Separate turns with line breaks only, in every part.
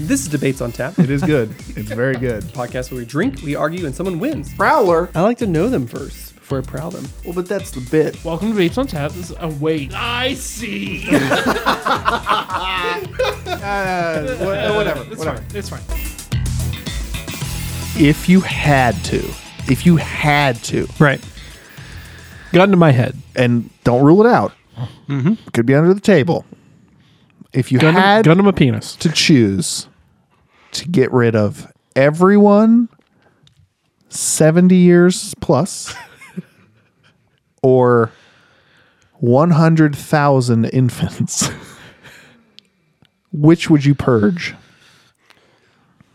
This is Debates on Tap,
It is good. It's very good.
a podcast where we drink, we argue, and someone wins.
Prowler.
I like to know them first before I prowl them.
Well, but that's the bit.
Welcome to Babes on Tap. This is, oh, wait. I see.
Uh, wha- whatever.
it's
Whatever.
fine. It's fine.
If you had to, if you had to,
Right. Got into my head.
and don't rule it out, could be under the table. If you
Gun him,
had
gun him a penis.
to choose to get rid of everyone 70 years plus or 100,000 infants, which would you purge?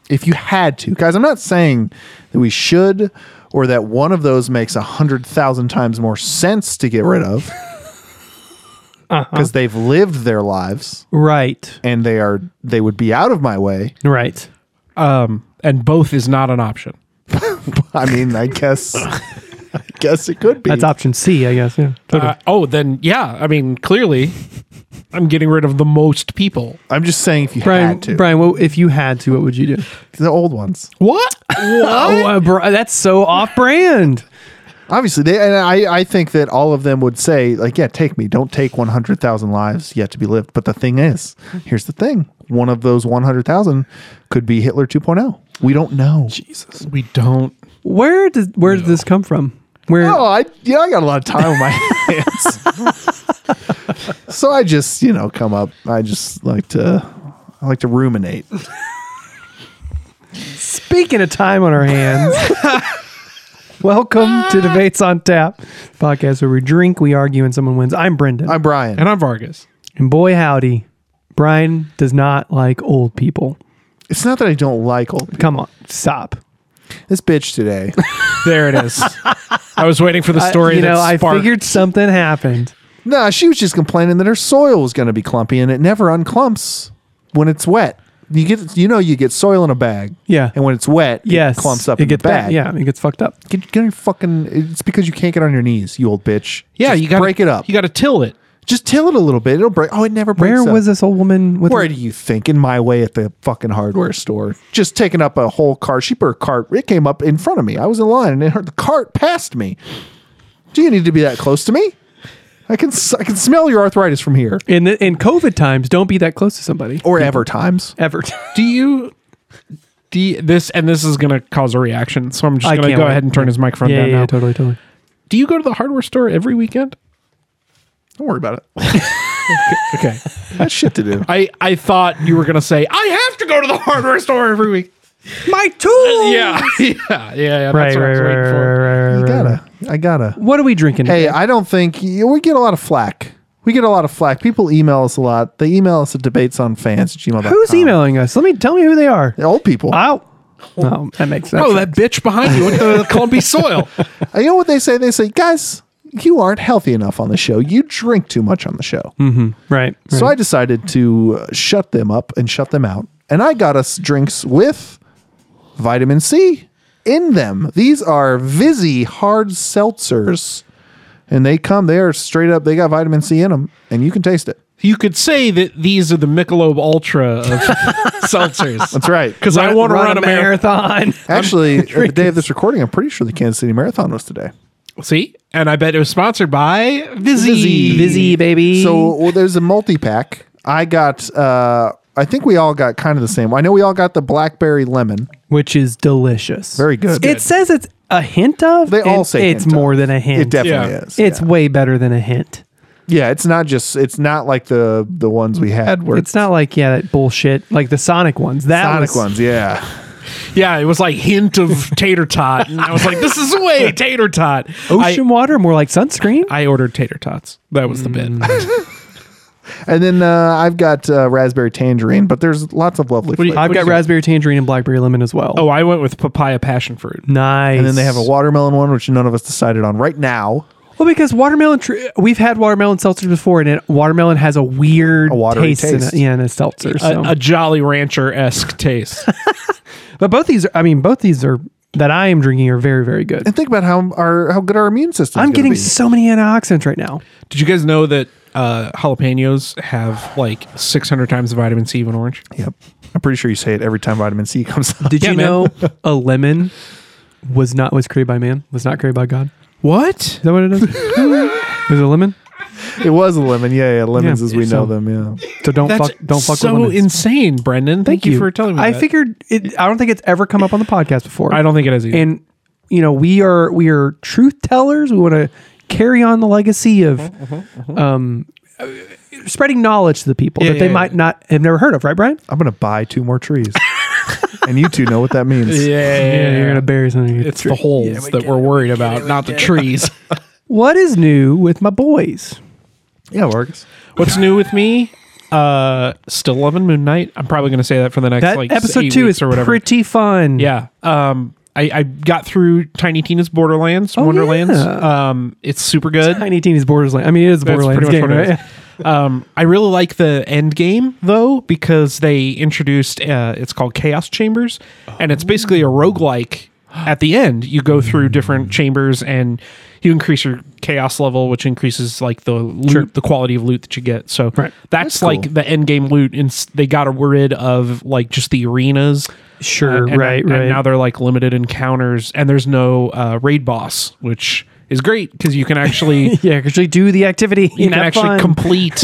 If you had to, guys, I'm not saying that we should or that one of those makes 100,000 times more sense to get rid of because they've lived their lives
Right.
and they are they would be out of my way.
Right. Um, and both is not an option.
I mean, I guess I guess it could be.
That's option C, I guess. Yeah.
Uh, oh, then, yeah. I mean, clearly, I'm getting rid of the most people.
I'm just saying if you
Brian,
had to.
Brian, what, if you had to, what would you do?
The old ones.
What?
Oh, uh, Bri- that's so off-brand.
Obviously they and I I think that all of them would say like yeah, take me. Don't take 100,000 lives yet to be lived. But the thing is, here's the thing. One of those 100,000 could be Hitler 2.0. We don't know.
we don't.
Where did where did this come from? Where?
Oh, I yeah, I got a lot of time on my hands. so I just, you know, come up. I just like to I like to ruminate.
Speaking of time on our hands, welcome to Debates on Tap, podcast where we drink, we argue, and someone wins. I'm Brendan,
I'm Brian.
And I'm Vargas.
and boy howdy, Brian does not like old people.
It's not that I don't like old people.
Come on, stop.
This bitch today.
There it is. I was waiting for the
I, Uh,
story
you
that
know, I
sparked.
figured something happened.
nah, she was just complaining that her soil was going to be clumpy, and it never unclumps when it's wet. You get, you know, you get soil in a bag,
Yeah.
and when it's wet,
Yes,
it clumps up
It
in
gets
the bag.
bad. Yeah, it gets fucked up.
get, get your fucking. It's because you can't get on your knees, you old bitch.
yeah,
Just
you got
break it up.
You got to till it.
just till it a little bit. It'll break. Oh, it never breaks.
Where
up.
was this old woman with?
Where do you think? In my way at the fucking hardware store, just taking up a whole cart. She put her cart. It came up in front of me. I was in line, and it hurt. The cart passed me. Do you need to be that close to me? I can s- I can smell your arthritis from here.
in the, in COVID times, don't be that close to somebody
Oh.
Or ever times.
ever.
Do you? Do you, this and this is going to cause a reaction. So I'm just
I
going to
can't
go
wait.
ahead and turn his microphone
yeah,
down
yeah,
now.
yeah, totally, totally.
Do you go to the hardware store every weekend?
Don't worry about it.
Okay.
That's shit to do.
I, I thought you were going to say, I have to go to the hardware store every week.
My tool.
Yeah. yeah. Yeah. Yeah. That's
Right,
what I
right,
was
right,
waiting
right,
for.
right, right,
I
right.
gotta. I gotta.
What are we drinking?
Hey, I don't think we get a lot of flack. We get a lot of flack. People email us a lot. They email us at debates on fans at gmail.com.
Who's emailing us? Let me tell me who they are.
The Old people.
Wow. No, that makes sense.
Oh, that bitch behind you with the clumpy soil.
you know what they say? They say, guys, you aren't healthy enough on the show. You drink too much on the show.
right.
So I decided to uh, shut them up and shut them out. And I got us drinks with vitamin C in them. These are Vizzy hard seltzers. And they come, they are straight up, they got vitamin C in them, and you can taste it.
You could say that these are the Michelob Ultra of seltzers.
That's right.
Because I want to run, a marathon.
marathon.
Actually, at the day of this recording, I'm pretty sure the Kansas City Marathon was today.
See? And I bet it was sponsored by Vizzy.
Vizzy.
Busy baby.
So well, there's a multi pack. I got, uh, I think we all got kind of the same. I know we all got the blackberry lemon.
which is delicious.
Very good.
It says it's a hint of.
They all
and
say
it's
hint
more
of.
than a hint.
It definitely
Yeah.
is.
It's
yeah.
way better than a hint.
Yeah, it's not just it's not like the the ones we had where
It's not like yeah that bullshit like the Sonic ones. That
Sonic
was,
ones. Yeah,
Yeah, it was like hint of tater tot. And I was like, this is way tater tot. I,
Ocean water, more like sunscreen.
I ordered tater tots. That was the bit.
and then uh, I've got uh, raspberry tangerine, but there's lots of lovely.
do you-
Flavors.
I've
what
got
is it?
raspberry tangerine and blackberry lemon as well.
Oh, I went with papaya passion fruit.
nice.
And then they have a watermelon one, which none of us decided on right now.
Well, because watermelon, tr- we've had watermelon seltzers before, and it, watermelon has a weird
A watery
taste, in it,
taste.
yeah, in a seltzer. So.
A, a Jolly Rancher esque taste.
but both these, are, I mean, both these are that I am drinking are very, very good.
And think about how our how good our immune system.
I'm getting
be.
so many antioxidants right now.
Did you guys know that uh, jalapenos have like 600 times the vitamin C of an orange?
Yep. I'm pretty sure you say it every time vitamin C comes up.
Did
Yeah,
you
man.
know a lemon was not was created by man? Was not created by God. Is
What?
that what it is? Is it a lemon?
it was a lemon. Yeah, yeah. Lemons
Yeah,
as we
so-
know them. Yeah.
So don't
That's
fuck don't fuck
so
with lemons.
insane, Brendan. Thank, you. for telling me.
I
that.
figured it. I don't think it's ever come up on the podcast before.
I don't think it has either.
And you know, we are we are truth tellers. We want to carry on the legacy of
Mm-hmm,
um, uh, spreading knowledge to the people
Yeah,
that they
yeah,
might
yeah.
not have never heard of. Right, Brian?
I'm gonna buy two more trees. and you two know what that means.
you're gonna bury something.
It's the holes that we're worried about, not the trees.
What is new with my boys?
Yeah, Vargas.
What's new with me? Uh, still loving Moon Knight. I'm probably going to say that for the next
That
like
episode
eight
two
weeks
is
or whatever.
pretty fun.
yeah. Um, I, I got through Tiny Tina's Borderlands, Wonderlands.
yeah.
Um, it's super good.
Tiny Tina's Borderlands. I mean, it is a
That's
Borderlands
pretty
game,
much what it
right?
is. Um, I really like the end game though because they introduced uh, it's called Chaos Chambers, and it's basically a roguelike. At the end, you go through different chambers and you increase your chaos level, which increases like the loot, the quality of loot that you get. So that's, like the end game loot, and s- they got rid of like just the arenas.
Sure,
And- and-
right,
and
right.
now they're like limited encounters, and there's no uh, raid boss, which is great because you can actually
yeah, actually do the activity.
you can actually complete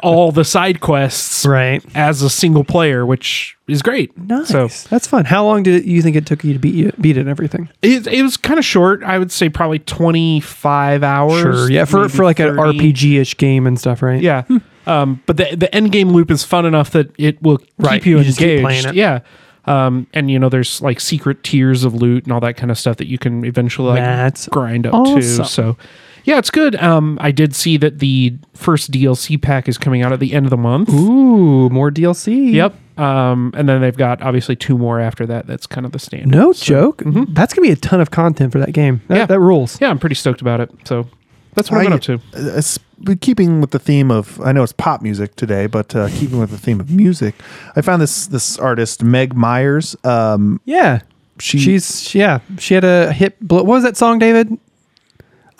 all the side quests
right.
as a single player, which is great.
Nice.
So
that's fun. How long did it, you think it took you to beat you, beat it and everything?
it, it was kind of short. I would say probably 25 hours.
Yeah, for,
maybe
for like an
30.
RPG ish game and stuff, right?
Yeah. Um, but the, the end game loop is fun enough that it will keep
Right,
you,
you just
engaged.
keep playing it.
Yeah. Um, and you know, there's like secret tiers of loot and all that kind of stuff that you can eventually like
That's
grind up to.
awesome.
So yeah, it's good. Um, I did see that the first DLC pack is coming out at the end of the month.
Ooh, more DLC.
Yep. Um, and then they've got obviously two more after that. That's kind of the standard.
No joke.
mm-hmm.
That's gonna be a ton of content for that game. That,
Yeah.
that rules.
Yeah, I'm pretty stoked about it. So that's what I, have
I-
been up to.
Uh, it's- but keeping with the theme of I know it's pop music today, but uh, keeping with the theme of music, I found this this artist Meg Myers. Um,
Yeah.
she
She's yeah. She had a hit. Blo- what was that song, David?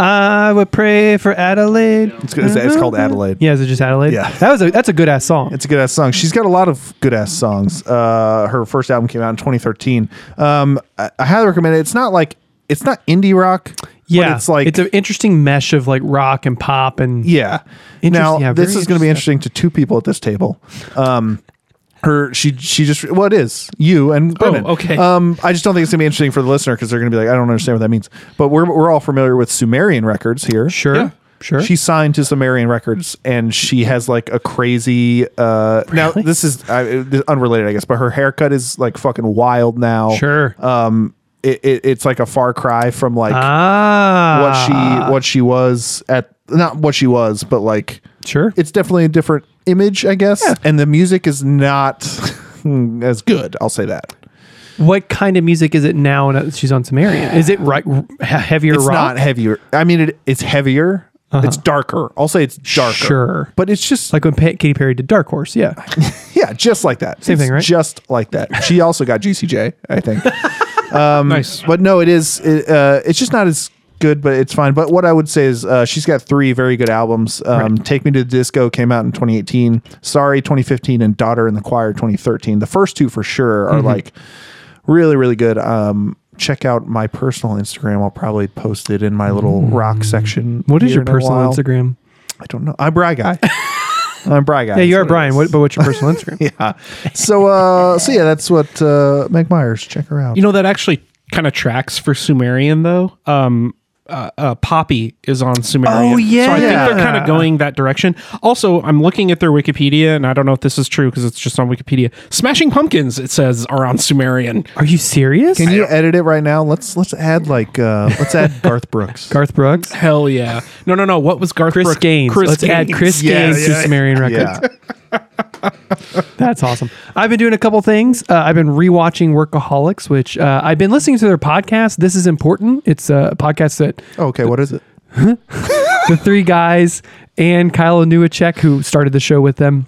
I would pray for Adelaide. Mm-hmm.
it's, good- it's, it's called Adelaide.
Yeah, is it just Adelaide?
Yeah.
That was a that's a good ass song.
It's a good ass song. She's got a lot of good ass songs. Uh, her first album came out in 2013. Um, I, I highly recommend it. It's not like it's not indie rock. but
yeah.
it's like
it's an interesting mesh of like rock and pop and
Yeah. Now
Interest- yeah,
this
very
is going to be
interesting.
interesting to two people at this table. Um, her she she just well it is you and
Oh,
Brennan.
okay.
Um, I just don't think it's going to be interesting for the listener because they're going to be like I don't understand what that means. But we're we're all familiar with Sumerian Records here.
sure,
Yeah.
sure.
She signed to Sumerian Records, and she has like a crazy. Uh, Now this is uh, unrelated, I guess, but her haircut is like fucking wild now.
Sure.
Um, it, it it's like a far cry from like
ah,
what she what she was at not what she was, but like
Sure.
it's definitely a different image, I guess. And the music is not as good. I'll say that.
what kind of music is it now? And she's on Sumerian. Is it right he- heavier
It's
rock?
not heavier. I mean, it, it's heavier. It's darker. I'll say it's darker.
Sure.
But it's just like
like when pa- Katy Perry did Dark Horse. Yeah.
yeah, just like that.
Same
It's
thing, right?
Just like that. She also got GCJ, I think. Um,
nice.
but no, it is. It, uh, it's just not as good, but it's fine. But what I would say is uh, she's got three very good albums. Um, Take Me to the Disco came out in 2018. Sorry, 2015, and Daughter in the Choir 2013. The first two for sure
Mm-hmm.
are like really, really good. Um, check out my personal Instagram. I'll probably post it in my little rock section.
Mm. What is
here
your
in a
personal
while.
Instagram?
I don't know. I'm Bry Guy. I'm Bry Guy.
Yeah, you
That's
are
what it
Brian.
is.
What, but what's your personal Instagram?
yeah. So, uh, so yeah, that's what uh, Meg Myers. Check her out.
You know that actually kind of tracks for Sumerian though. Um, uh, uh, Poppy is on Sumerian.
Oh,
So I think
yeah.
they're kind of going that direction. Also, I'm looking at their Wikipedia, and I don't know if this is true because it's just on Wikipedia. Smashing Pumpkins, it says, are on Sumerian.
Are you serious?
Can you edit it right now? Let's let's add like uh let's add Garth Brooks.
Garth Brooks,
Hell yeah! No, no, no. What was Garth
Chris
Brooks-
Gaines.
Chris
Let's add
Gaines.
Chris
Yeah,
Gaines
yeah.
to Sumerian Records.
yeah.
That's awesome. I've been doing a couple things. Uh, I've been rewatching Workaholics, which uh, I've been listening to their podcast. This is important. It's a podcast that
okay, what is it?
the three guys and Kyle Newacek, who started the show with them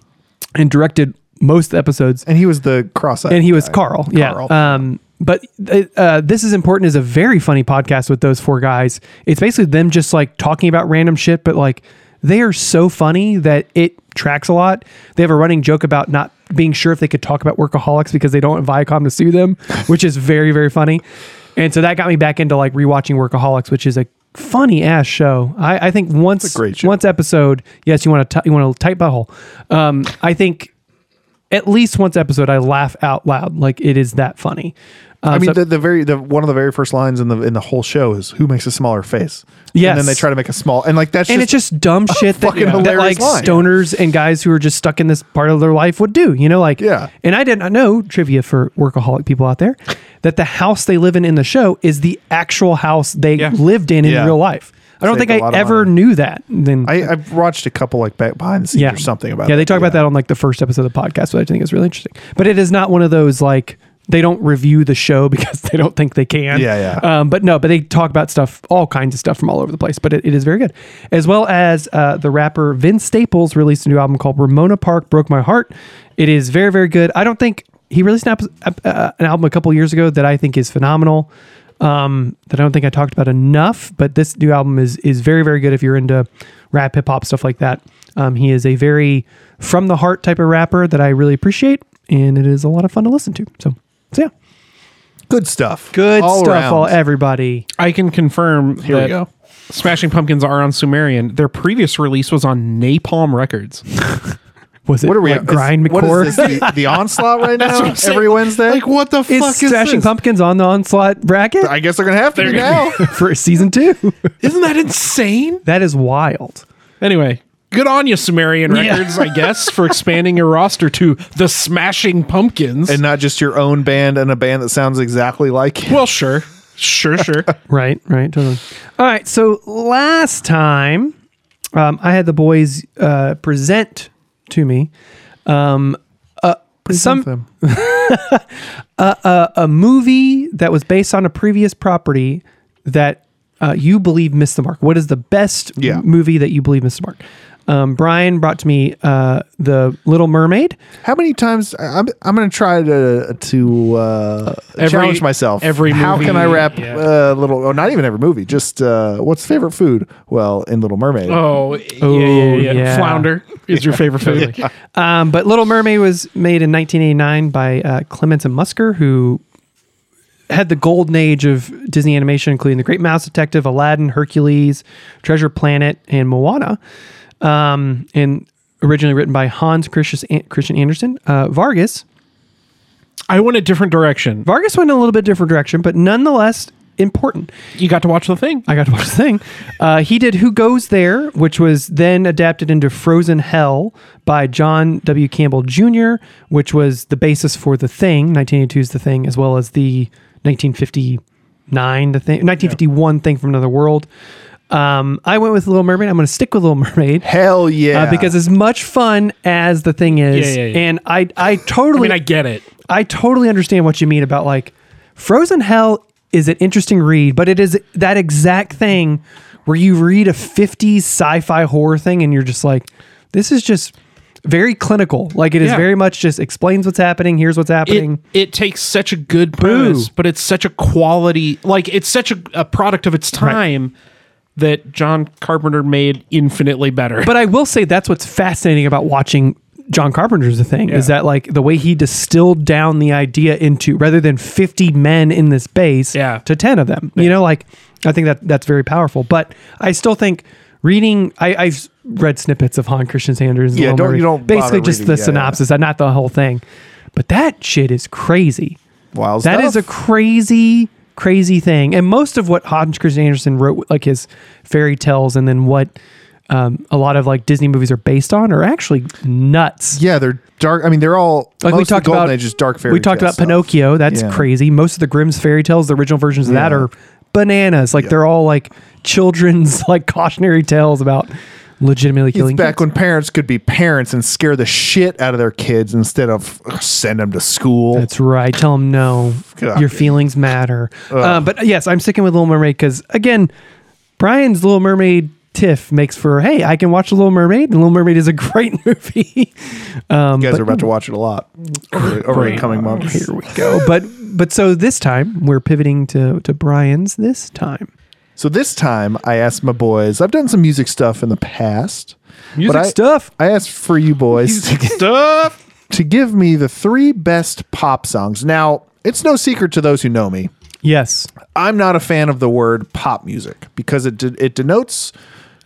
and directed most of the episodes,
And he was the cross
and he was Carl.
uh, Carl.
Yeah. Um, but th- uh, this is important is a very funny podcast with those four guys. It's basically them just like talking about random shit, but like they are so funny that it tracks a lot. They have a running joke about not being sure if they could talk about workaholics because they don't want Viacom to sue them, which is very very funny. And so that got me back into like rewatching Workaholics, which is a funny ass show. I, I think once
great show.
once episode, yes, you want to you want to tight butthole. Um, I think at least once episode, I laugh out loud. Like it is that funny. Um,
I mean,
so-
the, the very the one of the very first lines in the in the whole show is who makes a smaller face.
Yes.
and then they try to make a small and like that's
and
just,
it's just dumb shit that,
fucking
that, like
hilarious line.
stoners and guys who are just stuck in this part of their life would do. You know, like
Yeah.
And I did not know trivia for workaholic people out there that the house they live in in the show is the actual house they
Yeah.
lived in in
Yeah.
real life. I don't
Saved
think
a lot
I
of
ever
money.
knew that. Then
I, I've watched a couple like back behind the scenes or something about.
yeah they
it.
talk about that on like the first episode of the podcast which i think is really interesting but it is not one of those like they don't review the show because they don't think they can
Yeah, yeah.
um, but no but they talk about stuff all kinds of stuff from all over the place but it, it is very good as well as uh, the rapper vince staples released a new album called ramona park broke my heart it is very very good i don't think he released an, ep- uh, an album a couple years ago that i think is phenomenal um, that I don't think I talked about enough, but this new album is is very very good if you're into rap, hip hop stuff like that. Um, he is a very from the heart type of rapper that I really appreciate, and it is a lot of fun to listen to. So, so yeah,
Good stuff.
good
All
stuff,
around.
all e-, everybody.
I can confirm
Here
that
we go.
Smashing Pumpkins are on Sumerian. Their previous release was on Napalm Records.
Was it
What are we
like
at?
Grind
Is- what is
McCore?
this, the, the onslaught right now? Every Wednesday.
Like what the
Is
fuck is
Smashing
this?
Pumpkins on the Onslaught bracket
I guess they're gonna have to be now.
gonna-
for season two?
Isn't that insane?
that is wild.
Anyway, good on you, Sumerian
Yeah.
Records, I guess, for expanding your roster to the Smashing Pumpkins.
and not just your own band and a band that sounds exactly like.
well, sure, sure, sure.
Right, right, totally. All right, so last time um, I had the boys uh, present to me um, uh, some
Something.
a movie that was based on a previous property that uh, you believe missed the mark. What is the best
Yeah.
m- movie that you believe missed the mark? Um, Brian brought to me uh, the Little Mermaid.
How many times I'm I'm gonna try to to uh,
Every-
challenge myself.
every
how
movie,
can I wrap
yeah.
uh, little? Or not even every movie. Just uh, what's favorite food? Well, in Little Mermaid.
Oh, yeah,
Oh,
yeah, yeah,
yeah.
Flounder is your favorite food.
Um, but Little Mermaid was made in 1989 by uh, Clements and Musker, who had the golden age of Disney animation, including The Great Mouse Detective, Aladdin, Hercules, Treasure Planet, and Moana. Um, and originally written by Hans Christian Christian Andersen. Uh, Vargas,
I went a different direction.
Vargas went in a little bit different direction, but nonetheless important.
You got to watch the thing.
I got to watch the thing. Uh, he did Who Goes There, which was then adapted into Frozen Hell by John W. Campbell Jr., which was the basis for The Thing, 1982's The Thing, as well as the 1959 The Thing, 1951 Thing from Another World. Um, I went with Little Mermaid. I'm going to stick with Little Mermaid.
Hell yeah!
Uh, because as much fun as the thing is,
Yeah, yeah, yeah.
and I, I
I
totally,
mean, I get it.
I totally understand what you mean about like Frozen Hell is an interesting read, but it is that exact thing where you read a 50s sci-fi horror thing and you're just like, this is just very clinical. Like it is
Yeah.
very much just explains what's happening, here's what's happening.
It, it takes such a good premise, but it's such a quality, like it's such a, a product of its time that John Carpenter made infinitely better.
but I will say that's what's fascinating about watching John Carpenter's The Thing is
Yeah.
that like the way he distilled down the idea into rather than 50 men in this base
Yeah.
to 10 of them. You know, like I think that that's very powerful. But I still think reading I, I've read snippets of Han Christian Sanders. and
Yeah,
Lil
don't-
Murray.
you don't bother
basically just
reading,
the
yeah, yeah.
synopsis, uh, not the whole thing. But that shit is crazy.
wild
That
stuff.
is a crazy, crazy thing. And most of what Hodge Christian Anderson wrote, like his fairy tales, and then what um, a lot of like Disney movies are based on, are actually nuts.
yeah. They're dark. I mean, they're all
Like
most of the Golden Age is dark fairy.
We talked
tale
about
stuff.
Pinocchio. That's
Yeah.
crazy. Most of the Grimm's fairy tales, the original versions of that,
Yeah.
are bananas. Like they're all like children's like cautionary tales about legitimately
It's
killing.
back
kids.
when parents could be parents and scare the shit out of their kids instead of "Ugh, send them to school.
That's right. Tell them no.
God.
Your feelings matter. Uh, but yes, I'm sticking with Little Mermaid because again, Brian's Little Mermaid tiff makes for hey, I can watch Little Mermaid, and Little Mermaid is a great movie.
you guys are about to watch it a lot over, over the coming months. Here we go.
Oh, but but so this time we're pivoting to to Brian's this time.
So this time I asked my boys, I've done some music stuff in the past.
Music
I-
stuff.
I asked for you boys to,
Stuff.
to give me the three best pop songs. Now, it's no secret to those who know me.
Yes.
I'm not a fan of the word pop music because it de- it denotes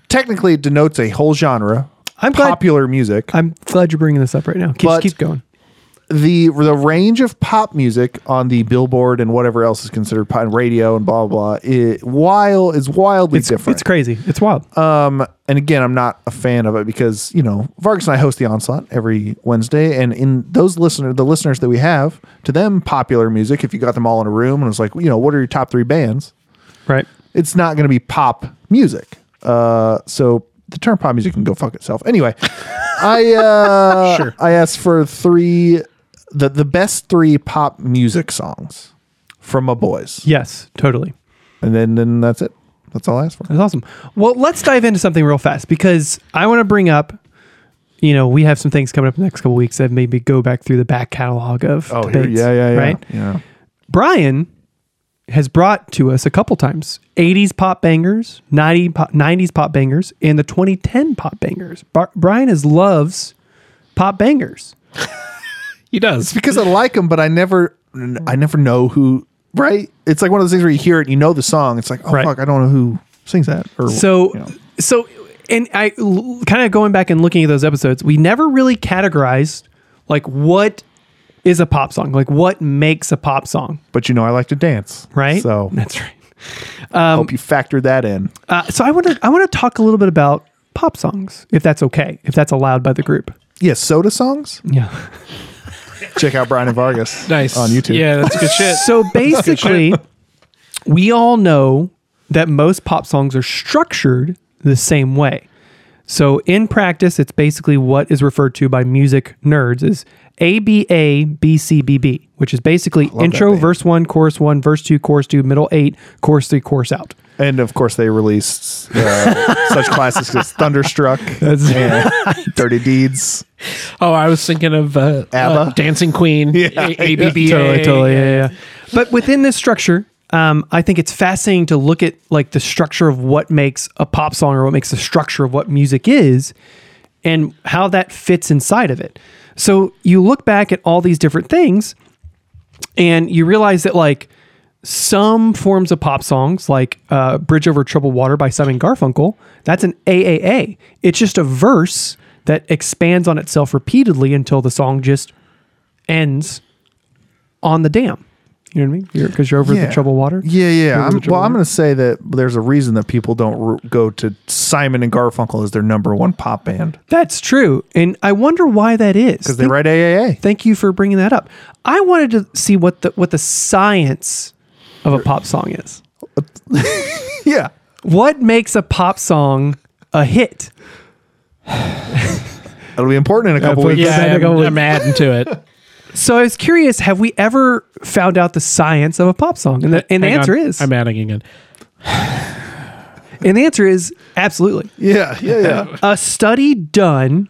technically it denotes a whole genre.
I'm glad-
popular music.
I'm glad you're bringing this up right now. Keep,
But-
keep going.
the the range of pop music on the Billboard and whatever else is considered pop radio and blah blah, blah it, while is wildly
It's, Uh,
different.
it's crazy. It's wild.
Um, and again, I'm not a fan of it because you know Vargas and I host the onslaught every Wednesday, and in those listener, the listeners that we have, to them, popular music. If you got them all in a room and was like, you know, what are your top three bands?
right.
It's not going to be pop music. Uh, so the term pop music can go fuck itself. Anyway, I uh,
Sure.
I asked for three, the the best three pop music songs from my boys,
Yes, totally.
and then then that's it. That's all I asked for.
That's awesome. Well, let's dive into something real fast because I want to bring up, you know, we have some things coming up in the next couple weeks that maybe go back through the back catalog of
here-
debates,
Oh, yeah, yeah, yeah,
right.
yeah.
Brian has brought to us a couple times 80s pop bangers, 90 pop, 90s pop bangers, and the 2010 pop bangers. Bar- Brian is loves pop bangers.
He does.
because I like them, but I never, I never know who. Right? It's like one of those things where you hear it, you know the song. It's like, oh
Right.
fuck, I don't know who sings that. Or
So,
you know.
so, and I kind of going back and looking at those episodes, we never really categorized like what is a pop song, like what makes a pop song,
but you know, I like to dance,
right?
So,
that's right.
I hope you factor that in.
Uh, so I want to I want to talk a little bit about pop songs, if that's okay, if that's allowed by the group.
Yeah, soda songs.
Yeah.
Check out Brian and Vargas.
Nice
on YouTube.
Yeah, that's good shit.
So basically, we all know that most pop songs are structured the same way. So in practice, it's basically what is referred to by music nerds as ABA BCBB, which is basically intro,
band.
verse one, chorus one, verse two, chorus two, middle eight, chorus three, chorus out.
And of course, they released uh, such classics as Thunderstruck, and Dirty Deeds.
Oh, I was thinking of uh, uh,
ABBA?
Dancing Queen. Yeah, ABBA.
totally, totally, yeah, yeah. But within this structure, um, I think it's fascinating to look at like the structure of what makes a pop song or what makes the structure of what music is, and how that fits inside of it. So you look back at all these different things, and you realize that like some forms of pop songs, like uh, "Bridge Over Troubled Water" by Simon Garfunkel, that's an AAA. It's just a verse that expands on itself repeatedly until the song just ends on the dam. You know what I mean? You're Because you're, over the troubled water.
Yeah, yeah.
Over the
I'm,
troubled
well, I'm
water.
going to say that there's a reason that people don't r go to Simon and Garfunkel as their number one pop band
That's true, and I wonder why that is.
because they write AAA.
Thank you for bringing that up. I wanted to see what the what the science of a pop song is.
Yeah.
What makes a pop song a hit?
It'll be important in a couple
but-
weeks.
Yeah,
Yeah, I'm,
I'm-
I'm adding to it.
So I was curious, have we ever found out the science of a pop song? And the, and the
Hang on.
answer is,
I'm adding again.
and the answer is absolutely.
Yeah, yeah, yeah.
A study done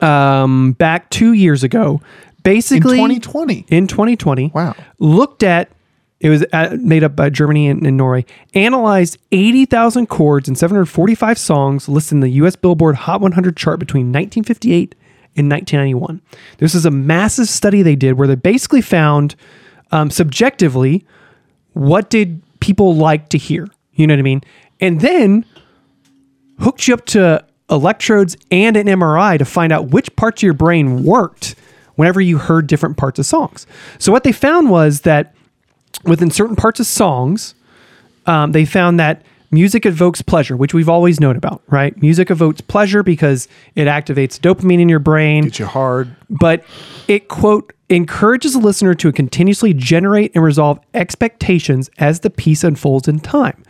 um, back two years ago, basically
2020.
in 2020,
Wow.
looked at it was uh made up by Germany and, and Norway, analyzed 80,000 chords and 745 songs listed in the US Billboard Hot 100 chart between 1958 and 1991. This is a massive study they did where they basically found um, subjectively what did people like to hear? You know what I mean? And then hooked you up to electrodes and an MRI to find out which parts of your brain worked whenever you heard different parts of songs. So what they found was that within certain parts of songs, um, they found that music evokes pleasure, which we've always known about, right? Music evokes pleasure because it activates dopamine in your brain
Get you hard.
but it quote encourages the listener to continuously generate and resolve expectations as the piece unfolds in time.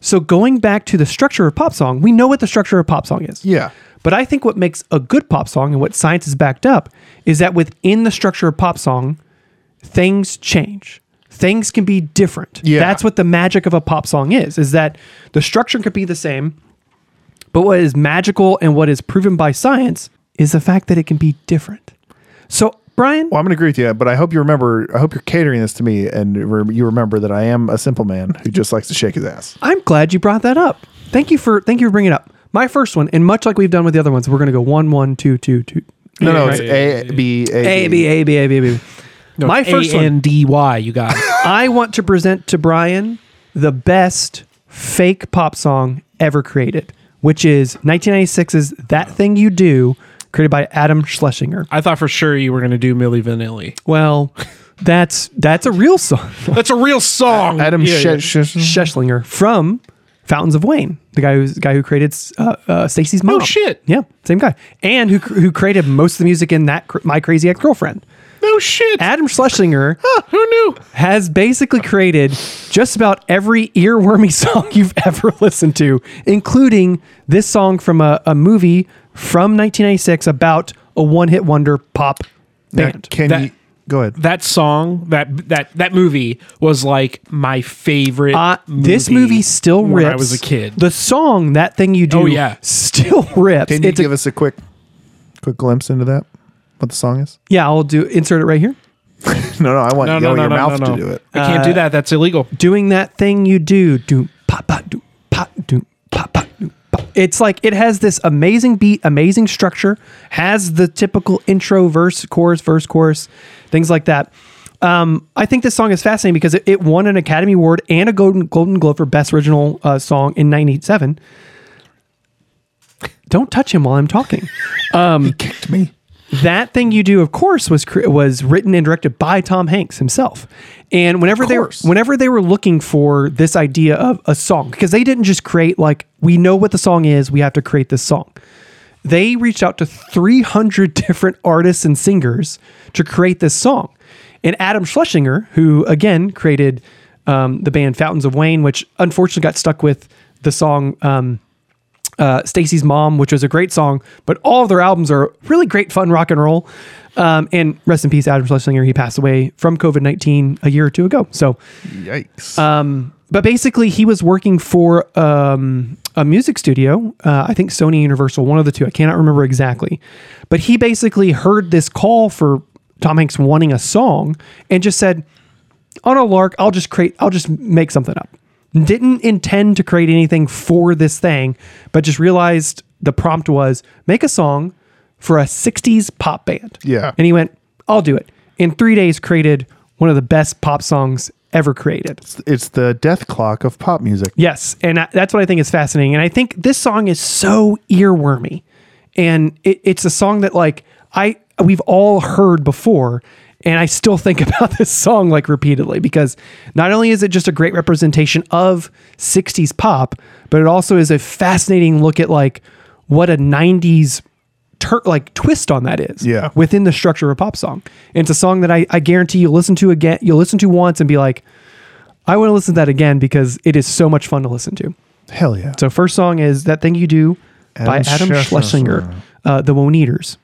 So going back to the structure of pop song, we know what the structure of pop song is.
Yeah.
But I think what makes a good pop song and what science has backed up is that within the structure of pop song, things change. Things can be different.
Yeah.
That's what the magic of a pop song is, is that the structure could be the same, but what is magical and what is proven by science is the fact that it can be different. So, Brian,
Well, I'm going to agree with you, but I hope you remember. I hope you're catering this to me, and re- you remember that I am a simple man who just likes to shake his ass.
I'm glad you brought that up. Thank you for thank you for bringing it up. My first one, and much like we've done with the other ones, we're going to go one, one, two, two, two.
No, no,
Right?
it's A B A
A B A B A B A B. My first one,
A-N-D-Y, you guys.
I want to present to Brian the best fake pop song ever created, which is 1996's "That Thing You Do," created by Adam Schlesinger.
I thought for sure you were going to do Milli Vanilli.
Well, that's that's a real song,
That's a real song.
Adam
Yeah, yeah.
Sh- Sh-
Schlesinger from Fountains of Wayne, the guy who's the guy who created uh, uh, Stacy's mom.
shit.
Yeah, same guy, and who who created most of the music in that cr- My Crazy Ex Girlfriend.
No shit.
Adam Schlesinger
Who knew?
has basically created just about every earwormy song you've ever listened to, including this song from a, a movie from 1996 about a one-hit wonder pop
Now,
band.
Can
That-
you go ahead?
That song, that that that movie was like my favorite.
Uh, this movie still
when
rips.
I was a kid.
The song "That Thing You Do"
Oh, yeah.
still rips.
Can you
It's a-
give us a quick, quick glimpse into that? What the song is?
yeah, I'll do insert it right here.
No, no, I want
no,
you
no,
and
no,
your
no,
mouth
no, no.
to do it.
I can't
Uh,
do that. That's illegal.
doing that thing you do do pop pop do pop do pop pop do pop. It's like it has this amazing beat, amazing structure, has the typical intro, verse, chorus, verse, chorus, things like that. Um, I think this song is fascinating because it, it won an Academy Award and a Golden Golden Globe for Best Original uh, Song in '97. Don't touch him while I'm talking.
He kicked me.
that thing you do, of course, was cre- was written and directed by Tom Hanks himself. And whenever they were,
course.
whenever they were looking for this idea of a song, because they didn't just create like we know what the song is, we have to create this song. They reached out to 300 different artists and singers to create this song. And Adam Schlesinger, who again created um, the band Fountains of Wayne, which unfortunately got stuck with the song. Um, uh, Stacy's Mom, which was a great song, but all of their albums are really great fun rock and roll. Um, and rest in peace, Adam Schlesinger. He passed away from COVID 19 a year or two ago. So,
Yikes!
Uh,
but basically, he was working for um, a music studio. Uh, I think Sony Universal, one of the two. I cannot remember exactly. But he basically heard this call for Tom Hanks wanting a song and just said, on a lark, I'll just create, I'll just make something up. Didn't intend to create anything for this thing, but just realized the prompt was make a song for a 60s pop band.
Yeah.
And he went, I'll do it. In three days, created one of the best pop songs ever created.
it's the death clock of pop music.
Yes, and I, that's what I think is fascinating. And I think this song is so earwormy, and it, it's a song that like I we've all heard before, and I still think about this song like repeatedly because not only is it just a great representation of '60s pop, but it also is a fascinating look at like what a '90s tur- like twist on that is
Yeah.
within the structure of a pop song. And it's a song that I, I guarantee you'll listen to again, you'll listen to once and be like. I want to listen to that again because it is so much fun to listen to.
Hell yeah!
So first song is "That Thing You Do" by
Adam
Adam
Schlesinger.
Schlesinger, uh, the Won't Eaters.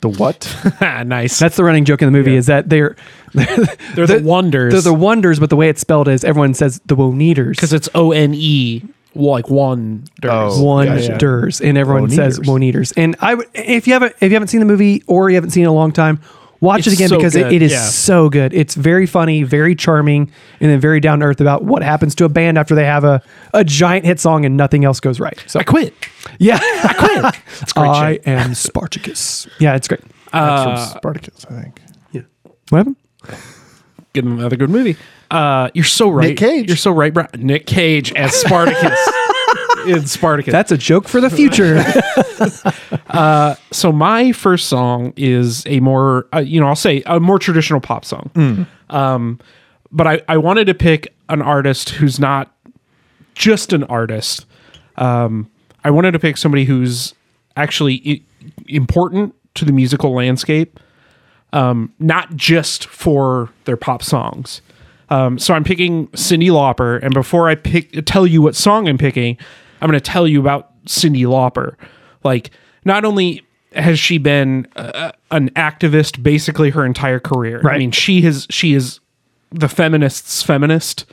the what?
Ah, nice.
That's the running joke in the movie is that they're
they're the, wonders.
they're the Wonders, but the way it's spelled is everyone says the Won't Eaters
because it's O N E, like one.
Oh. gotcha.
Wonders, and everyone says
Won't-eaters.
Won't Eaters. And I would if you haven't if you haven't seen the movie or you haven't seen it in a long time. Watch it
It's
again
so
because it,
good,
it is
yeah.
so good. It's very funny, very charming, and then very down to earth about what happens to a band after they have a, a giant hit song and nothing else goes right. So
I quit.
Yeah.
great
I
shit.
am Spartacus. yeah, it's great.
Uh,
That's from Spartacus, I think.
What happened?
Give him another good movie. Uh, you're so right.
Nick Cage.
You're so right, Brian. Nick Cage as Spartacus in Spartacus.
That's a joke for the future.
so my first song is a more uh, you know i'll say a more traditional pop song um but i i wanted to pick an artist who's not just an artist um i wanted to pick somebody who's actually I- important to the musical landscape um not just for their pop songs um so i'm picking cindy lauper and before i pick tell you what song i'm picking i'm going to tell you about cindy lauper like not only has she been uh, an activist basically her entire career i
Right.
mean she has she is the feminist's feminist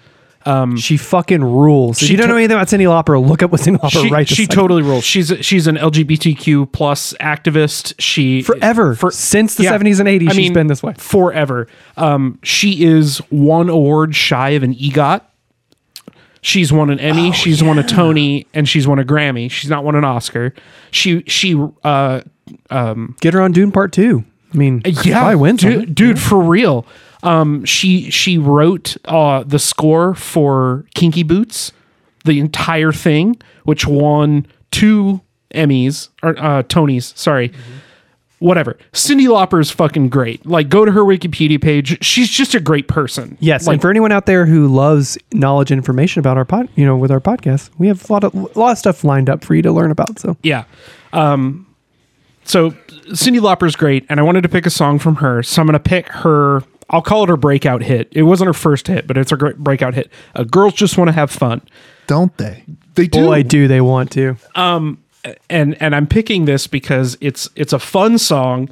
she fucking rules. If
She
you don't
to-
know anything about Cindy Lauper, look up what Cindy Lauper
she,
writes.
she totally rules she's a, she's an lgbtq plus activist she
Forever. Since the 70s and 80s,
she's
she's been this way.
forever um she is one award shy of an egot She's won an
Oh,
Emmy, she's won a Tony, and she's won a Grammy. She's not won an Oscar. She she uh
Get her on Dune Part Two. I mean,
yeah,
I win.
dude,
something.
dude, for real. Um, she she wrote uh the score for Kinky Boots, the entire thing, which won two Emmys or uh, Tonys. Sorry. Whatever. Cindy Lauper is fucking great. Like, go to her Wikipedia page. She's just a great person.
Yes,
Like,
and for anyone out there who loves knowledge and information about our pod, you know, with our podcast, we have a lot of a lot of stuff lined up for you to learn about. So
Yeah. Um, so Cindy Lauper's great, and I wanted to pick a song from her. So I'm going to pick her. I'll call it her breakout hit. It wasn't her first hit, but it's her great breakout hit. Uh, Girls just want to have fun.
don't they?
They do.
boy, do they want to?
and and I'm picking this because it's it's a fun song.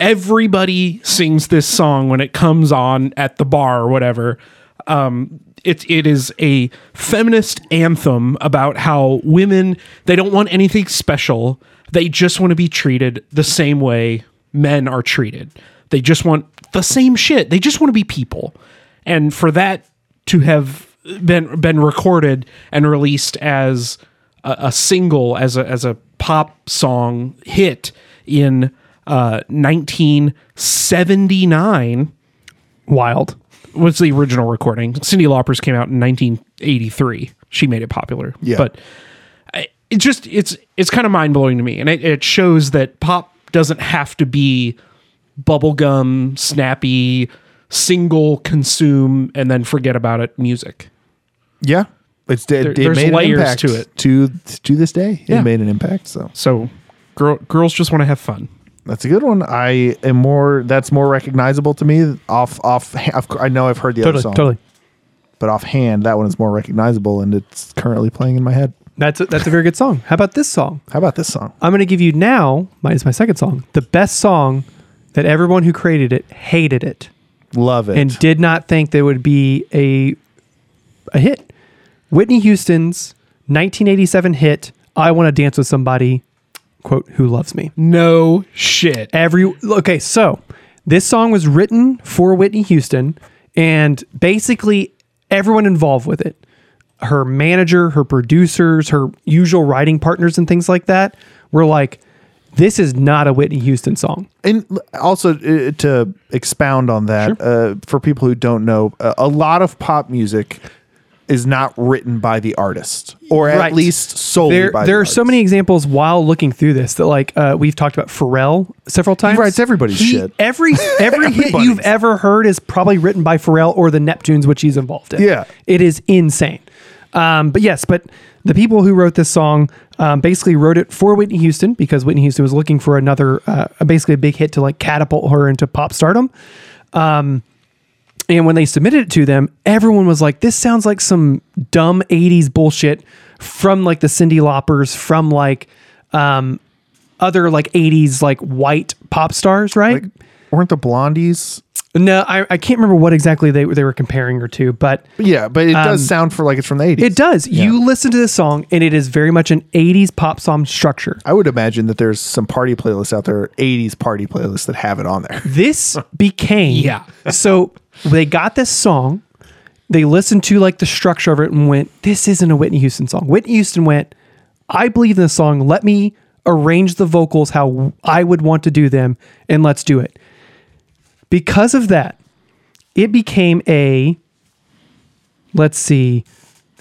Everybody sings this song when it comes on at the bar or whatever. Um, it it is a feminist anthem about how women they don't want anything special. They just want to be treated the same way men are treated. They just want the same shit. They just want to be people. And for that to have been been recorded and released as a, a single as a as a pop song hit in uh, 1979
Wild.
was the original recording. Cindy Lauper's came out in 1983. She made it popular.
Yeah.
But I- it just it's it's kind of mind blowing to me, and it, it shows that pop doesn't have to be bubblegum, snappy, single consume and then forget about it music.
Yeah, it's it, it
there's
made
layers
an impact
to it.
to to this day.
Yeah.
It made an impact. So
So girl, girls just want to have fun.
that's a good one. I am more. That's more recognizable to me. Off off. Of cour- I know I've heard the other
Totally,
song,
totally.
but offhand, that one is more recognizable, and it's currently playing in my head.
That's a, that's a very good song. How about this song?
How about this song?
I'm going to give you now. My, it's my second song. The best song that everyone who created it hated it.
Love it.
and did not think there would be a a hit. Whitney Houston's 1987 hit "I Want to Dance with Somebody," quote, "Who loves me."
No shit.
Every okay, so this song was written for Whitney Houston, and basically everyone involved with it, her manager, her producers, her usual writing partners, and things like that, were like, "This is not a Whitney Houston song."
and l- also uh, to expound on that uh, for people who don't know uh, a lot of pop music is not written by the artist or
Right.
at least solely
there,
by the
there are so
artist.
many examples while looking through this that like uh, we've talked about Pharrell several times.
writes everybody's
He-
shit.
Every every hit you've
Everybody's.
ever heard is probably written by Pharrell or the Neptunes, which he's involved in.
Yeah.
it is insane. Um, but yes, but the people who wrote this song um, basically wrote it for Whitney Houston because Whitney Houston was looking for another, uh, basically a big hit to like catapult her into pop stardom. Um, And when they submitted it to them, everyone was like, this sounds like some dumb 80s bullshit from like the Cindy Loppers, from like um, other like 80s like white pop stars, right?
weren't the blondies
no, I, I can't remember what exactly they, they were comparing her to, but
yeah but it does sound for like it's from the 80s
it does. You listen to this song and it is very much an 80s pop song structure.
i would imagine that there's some party playlists out there 80s party playlists that have it on there
this became
Yeah.
so they got this song they listened to like the structure of it and went this isn't a whitney houston song whitney houston went i believe in this song let me arrange the vocals how i would want to do them and let's do it because of that it became a let's see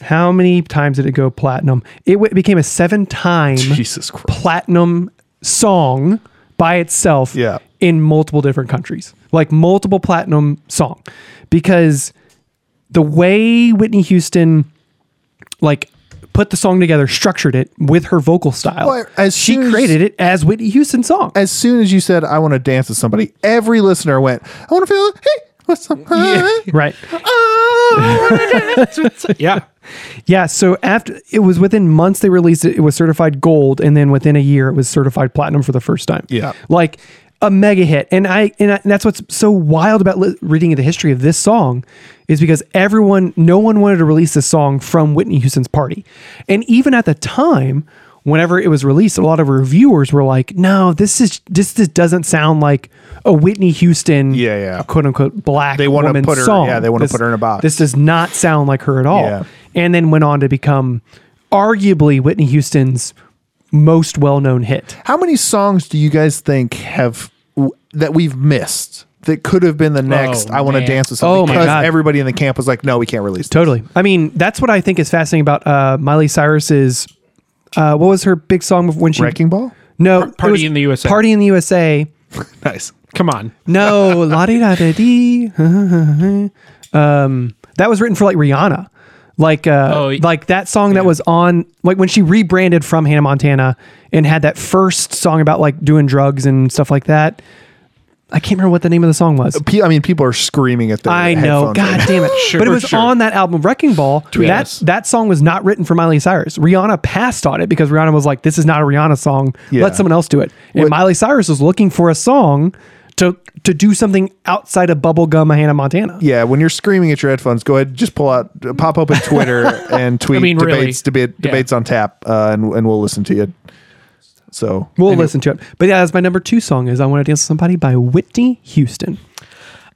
how many times did it go platinum it w- became a seven time
jesus christ
platinum song by itself
Yeah.
in multiple different countries, like multiple platinum song, because the way Whitney Houston like put the song together, structured it with her vocal style,
Well, as
she
soon as-
created it as Whitney Houston's song.
as soon as you said i want to dance with somebody every listener went i want to feel hey what's up
right.
yeah.
Yeah. So after it was within months they released it, it was certified gold, and then within a year it was certified platinum for the first time.
Yeah.
like a mega hit. And I and, I, and that's what's so wild about li- reading the history of this song is because everyone, no one wanted to release this song from Whitney Houston's party, and even at the time. whenever it was released, a lot of reviewers were like, "No, this is this, this doesn't sound like a Whitney Houston,
Yeah, yeah.
quote unquote black
They wanna
woman
put her-
song.
yeah, they wanna
This-
put her in a box.
This does not sound like her at all."
Yeah.
And then went on to become arguably Whitney Houston's most well-known hit.
How many songs do you guys think have w- that we've missed that could have been the next I want to
man.
dance with
Oh,
something
my
because
God.
everybody in the camp was like, no, we can't release. this."
Totally. I mean, that's what I think is fascinating about uh, Miley Cyrus's. Uh, what was her big song when she?
Wrecking Ball.
No,
Par- Party
it was
in the USA.
Party in the USA.
Nice.
Come on.
No, la di da da dee. Um, that was written for like Rihanna, like uh,
Oh, y-
like that song that was on like when she rebranded from Hannah Montana and had that first song about like doing drugs and stuff like that. I can't remember what the name of the song was.
P- I mean, people are screaming at the.
I know. God damn it.
Sure,
but it was
sure.
on that album, Wrecking Ball. That,
Yes.
that song was not written for Miley Cyrus. Rihanna passed on it because Rihanna was like, this is not a Rihanna song.
Yeah.
Let someone else do it. And
What-
Miley Cyrus was looking for a song to to do something outside of bubblegum Hannah Montana.
Yeah, when you're screaming at your headphones, go ahead, just pull out, pop open Twitter and tweet
mean, really.
debates, debate,
Yeah.
debates on tap, uh, and and we'll listen to you. So
We'll listen to it. But yeah, that's my number two song is I Want to Dance with Somebody by Whitney Houston.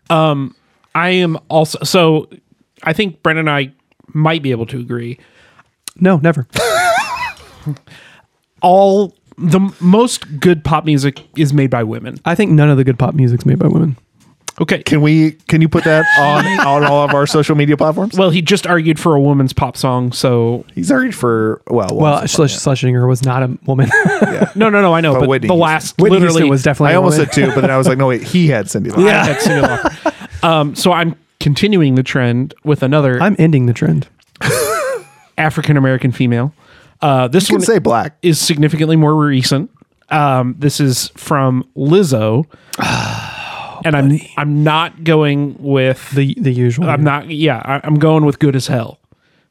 I am also so. I think Brendan and I might be able to agree.
No, never.
All the m- most good pop music is made by women.
I think none of the good pop music's made by women.
Okay.
can we can you put that on on all of our social media platforms?
Well, he just argued for a woman's pop song, so
He's already for well,
Well, Schles- Schlesinger was not a woman.
no, no, no. I know, but,
Whitney
the
Houston.
last
Whitney
literally
Houston was definitely
I
a
almost
woman.
said two, but then I was like, no wait, he had Cindy. Lauper.
Yeah.
I had Cyndi Lauper. um, so I'm continuing the trend with another
I'm ending the trend.
African American female. Uh, this
you
one
can say black.
is significantly more recent. Um, this is from Lizzo, and I'm I'm not going with
The the usual.
I'm not. Yeah, I, I'm going with "Good as Hell"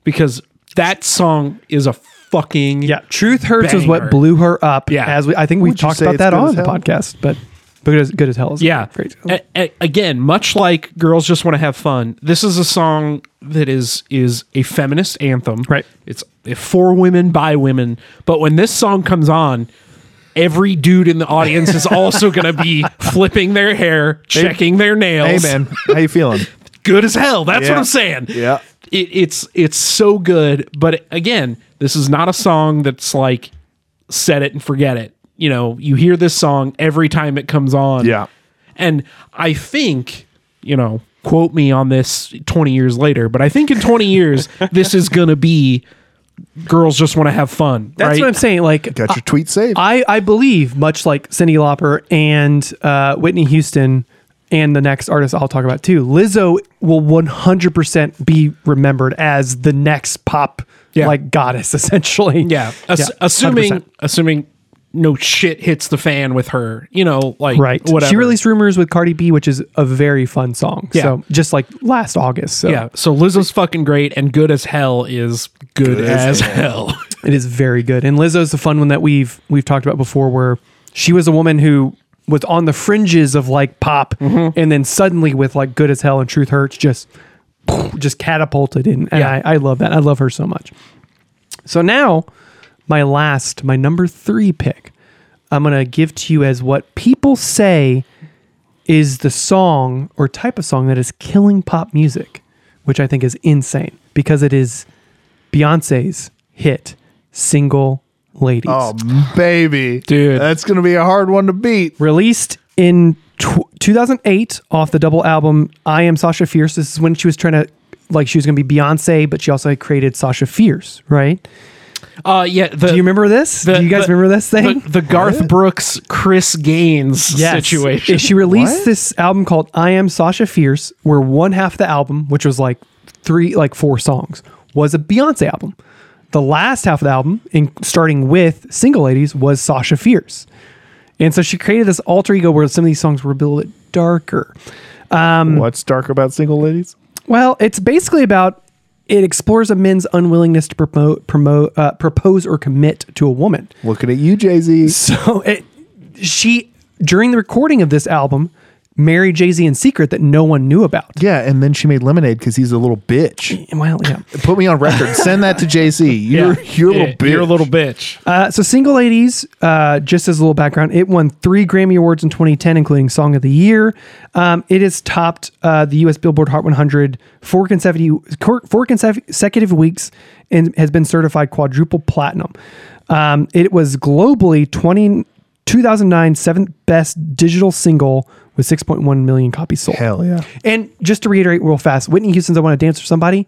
because that song is a fucking
Yeah, truth hurts is what
Banger.
blew her up.
Yeah.
as we, I think we have
you
talked
say
about
it's
that
good
on
as
the
hell?
podcast, but but good as good as hell is
Yeah. Eh,
great.
A- a- again, much like girls just want to have fun. This is a song that is is a feminist anthem.
Right.
It's eh, for women by women. But when this song comes on, every dude in the audience is also going to be flipping their hair, checking their
Hey
nails.
man, how you feeling?
Good as hell. That's
Yeah.
what I'm saying.
Yeah.
It, it's it's so good, but again, this is not a song that's like set it and forget it. You know, you hear this song every time it comes on.
Yeah.
And I think, you know, quote me on this 20 years later, but I think in 20 years, this is going to be girls just want to have fun.
That's
right?
what I'm saying. Like
Got your tweet saved.
I I believe much like Cindy Lauper and uh, Whitney Houston and the next artist I'll talk about too, Lizzo will 100 percent be remembered as the next pop
Yeah.
like goddess essentially.
Yeah. Ass-
100%.
assuming, assuming no shit hits the fan with her, you know, like,
Right.
whatever.
She released rumors with Cardi B, which is a very fun song.
Yeah.
So just like last August. So
Yeah. So Lizzo's fucking great and good as hell is good, as,
as
hell.
It is very good. And Lizzo's the fun one that we've we've talked about before where she was a woman who was on the fringes of like pop and then suddenly with like good as hell and truth hurts just just catapulted in and
Yeah.
I, I love that. I love her so much. So now my last, my number three pick, I'm gonna give to you as what people say is the song or type of song that is killing pop music, which I think is insane because it is Beyonce's hit "Single Ladies,"
oh baby,
Dude.
that's gonna be a hard one to beat.
released in tw- 2008 off the double album "I Am Sasha Fierce." This is when she was trying to, like, she was going to be Beyonce, but she also created Sasha Fierce, right?
Uh, yeah. The,
Do you remember this? Do you guys
the-
remember this thing?
The, the Garth Brooks, Chris Gaines
Yes.
situation.
She released
What?
this album called I Am Sasha Fierce, where one half the album, which was like three, like four songs, was a Beyonce album. The last half of the album, in, starting with Single Ladies, was Sasha Fierce. And so she created this alter ego where some of these songs were a little bit darker.
What's dark about single ladies?
Well, it's basically about it explores a men's unwillingness to promote, promote, uh, propose or commit to a woman.
Looking at you, Jay Z.
So it, she during the recording of this album married Jay Z in secret that no one knew about.
Yeah, and then she made lemonade because he's a little bitch.
Well, yeah.
Put me on record. Send that to JC. You're you're a little bitch.
You're a little bitch.
Uh, so, Single Ladies, uh, just as a little background, it won three Grammy Awards in 2010, including Song of the Year. Um, it has topped uh, the U.S. Billboard Hot 100 four consecutive, four consecutive weeks and has been certified quadruple platinum. Um, it was globally 20, 2009 seventh best digital single with 6.1 million copies sold.
Hell yeah.
And just to reiterate real fast, Whitney Houston's "I Want to Dance with Somebody,"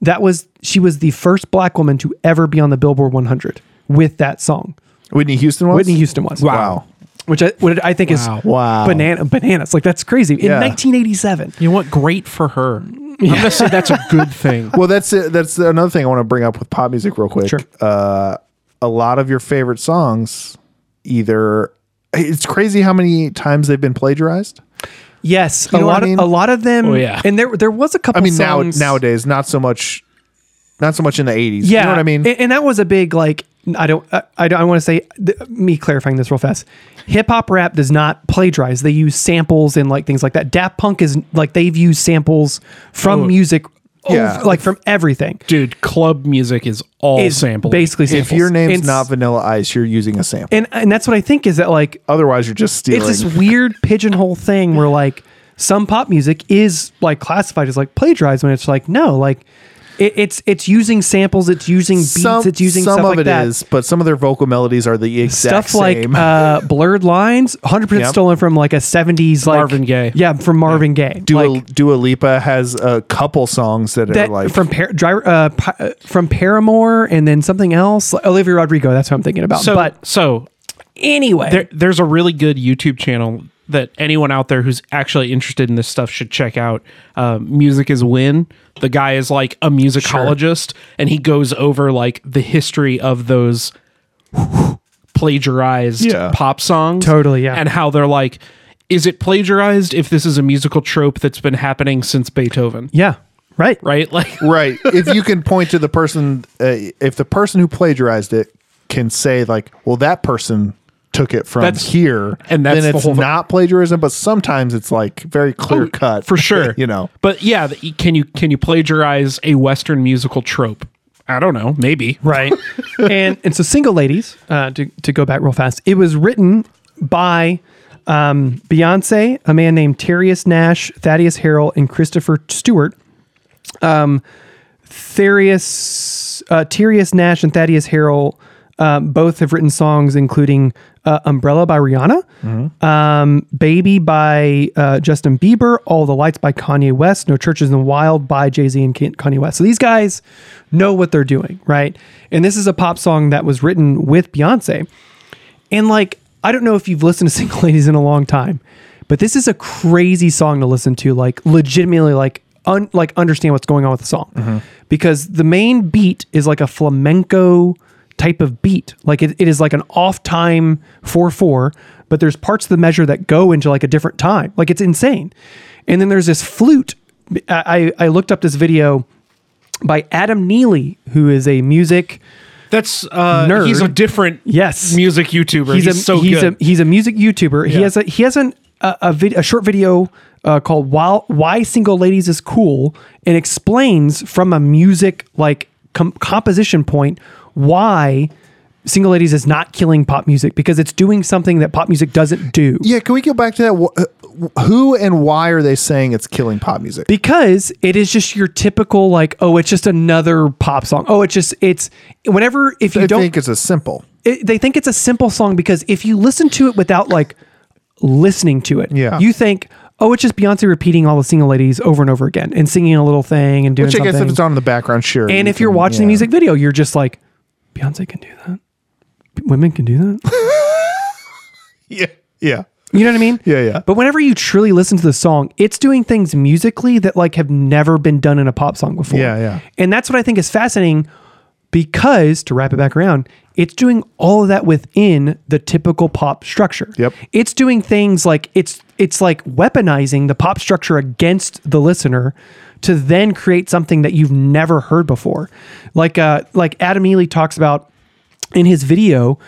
that was she was the first black woman to ever be on the Billboard 100 with that song.
Whitney Houston was.
Whitney Houston was
Wow.
which I, what I think
Wow.
is
Wow.
banana bananas like that's crazy in
Yeah.
1987.
You know what? Great for her. I'm gonna say that's a good thing.
Well, that's it. That's another thing I want to bring up with pop music real quick.
Sure.
Uh, a lot of your favorite songs, either it's crazy how many times they've been plagiarized.
Yes,
You
a
know what
lot
I mean?
of a lot of them.
Oh, yeah.
and there there was a couple.
I mean, now
songs,
nowadays, not so much, not so much in the eighties.
Yeah,
you know what I mean.
And, and that was a big like. I don't. I, I don't. I want to say th- me clarifying this real fast. Hip hop rap does not plagiarize. They use samples and like things like that. Daft Punk is like they've used samples from
Oh.
music,
Yeah.
ov- like from everything.
Dude, club music is all
Is
sample.
basically samples.
if your name's
And-
not Vanilla Ice, you're using a sample.
and and that's what I think is that like
Otherwise, you're just stealing.
it's this weird pigeonhole thing where like some pop music is like classified as like plagiarized when it's like no like it, it's it's using samples it's using beats it's using
some
stuff
of
like
it is,
that
but some of their vocal melodies are the exact
stuff like
same.
uh blurred lines 100%
Yep.
stolen from like a 70s like
Marvin Gaye.
yeah from Marvin Gaye
Dua,
like
Dua Lipa has a couple songs that,
that
are like
from Par- Dri- uh, Pa- uh, from Paramore and then something else like Olivia Rodrigo that's what I'm thinking about
So,
but
so
anyway
there, there's a really good YouTube channel that anyone out there who's actually interested in this stuff should check out. Uh, Music is Win. The guy is like a musicologist, and he goes over like the history of those plagiarized
Yeah.
pop songs.
Totally, yeah.
And how they're like, is it plagiarized if this is a musical trope that's been happening since Beethoven?
yeah right
Right? Like,
right. If you can point to the person, uh, if the person who plagiarized it can say like, well, that person took it from
That's-
here,
and that's
then
the
it's
whole thing.
not plagiarism. But sometimes it's like very clear cut
for sure
you know,
but yeah the- can you can you plagiarize a western musical trope i don't know maybe
right and and so single ladies uh, to, to go back real fast it was written by um, beyonce a man named Terrius nash thaddeus harrell and christopher stewart Um, Therius, uh, Tyrius Nash and Thaddeus Harrell um, both have written songs, including uh, Umbrella by Rihanna, um, Baby by uh, Justin Bieber, All the Lights by Kanye West, No Churches in the Wild by Jay Z and Kan- Kanye West. So these guys know what they're doing, right? And this is a pop song that was written with Beyonce. And like, I don't know if you've listened to Single Ladies in a long time, but this is a crazy song to listen to. Like, legitimately, like, un- like understand what's going on with the song because the main beat is like a flamenco type of beat. Like, it, it is like an off time four four, but there's parts of the measure that go into like a different time. Like, it's insane. And then there's this flute. I I I looked up this video by Adam Neely, who is a music.
that's uh
Nerd.
he's a different
Yes.
music youtuber he's,
He's, a
so
he's
good
a he's a music YouTuber. He
Yeah.
has a he has an a, a, vid, a short video uh, called "Why Why Single Ladies Is Cool" and explains from a music like com- composition point why single ladies is not killing pop music because it's doing something that pop music doesn't do.
yeah. Can we go back to that? Wh- uh, Who and why are they saying it's killing pop music?
because it is just your typical like oh it's just another pop song oh it's just it's whenever if you
I
don't
think it's a simple.
it, they think it's a simple song because if you listen to it without like listening to it,
Yeah.
you think, oh, it's just Beyonce repeating all the single ladies over and over again and singing a little thing and doing
Which I
something.
guess if it's on in the background, sure.
and
you
if you're
can-
watching the
yeah.
music video, you're just like, Beyonce can do that. B- Women can do that.
yeah, yeah,
You know what I mean?
Yeah, yeah.
But whenever you truly listen to the song, it's doing things musically that like have never been done in a pop song before.
Yeah, yeah.
And that's what I think is fascinating because to wrap it back around, it's doing all of that within the typical pop structure.
Yep.
It's doing things like it's it's like weaponizing the pop structure against the listener to then create something that you've never heard before. Like uh like Adam Ely talks about in his video,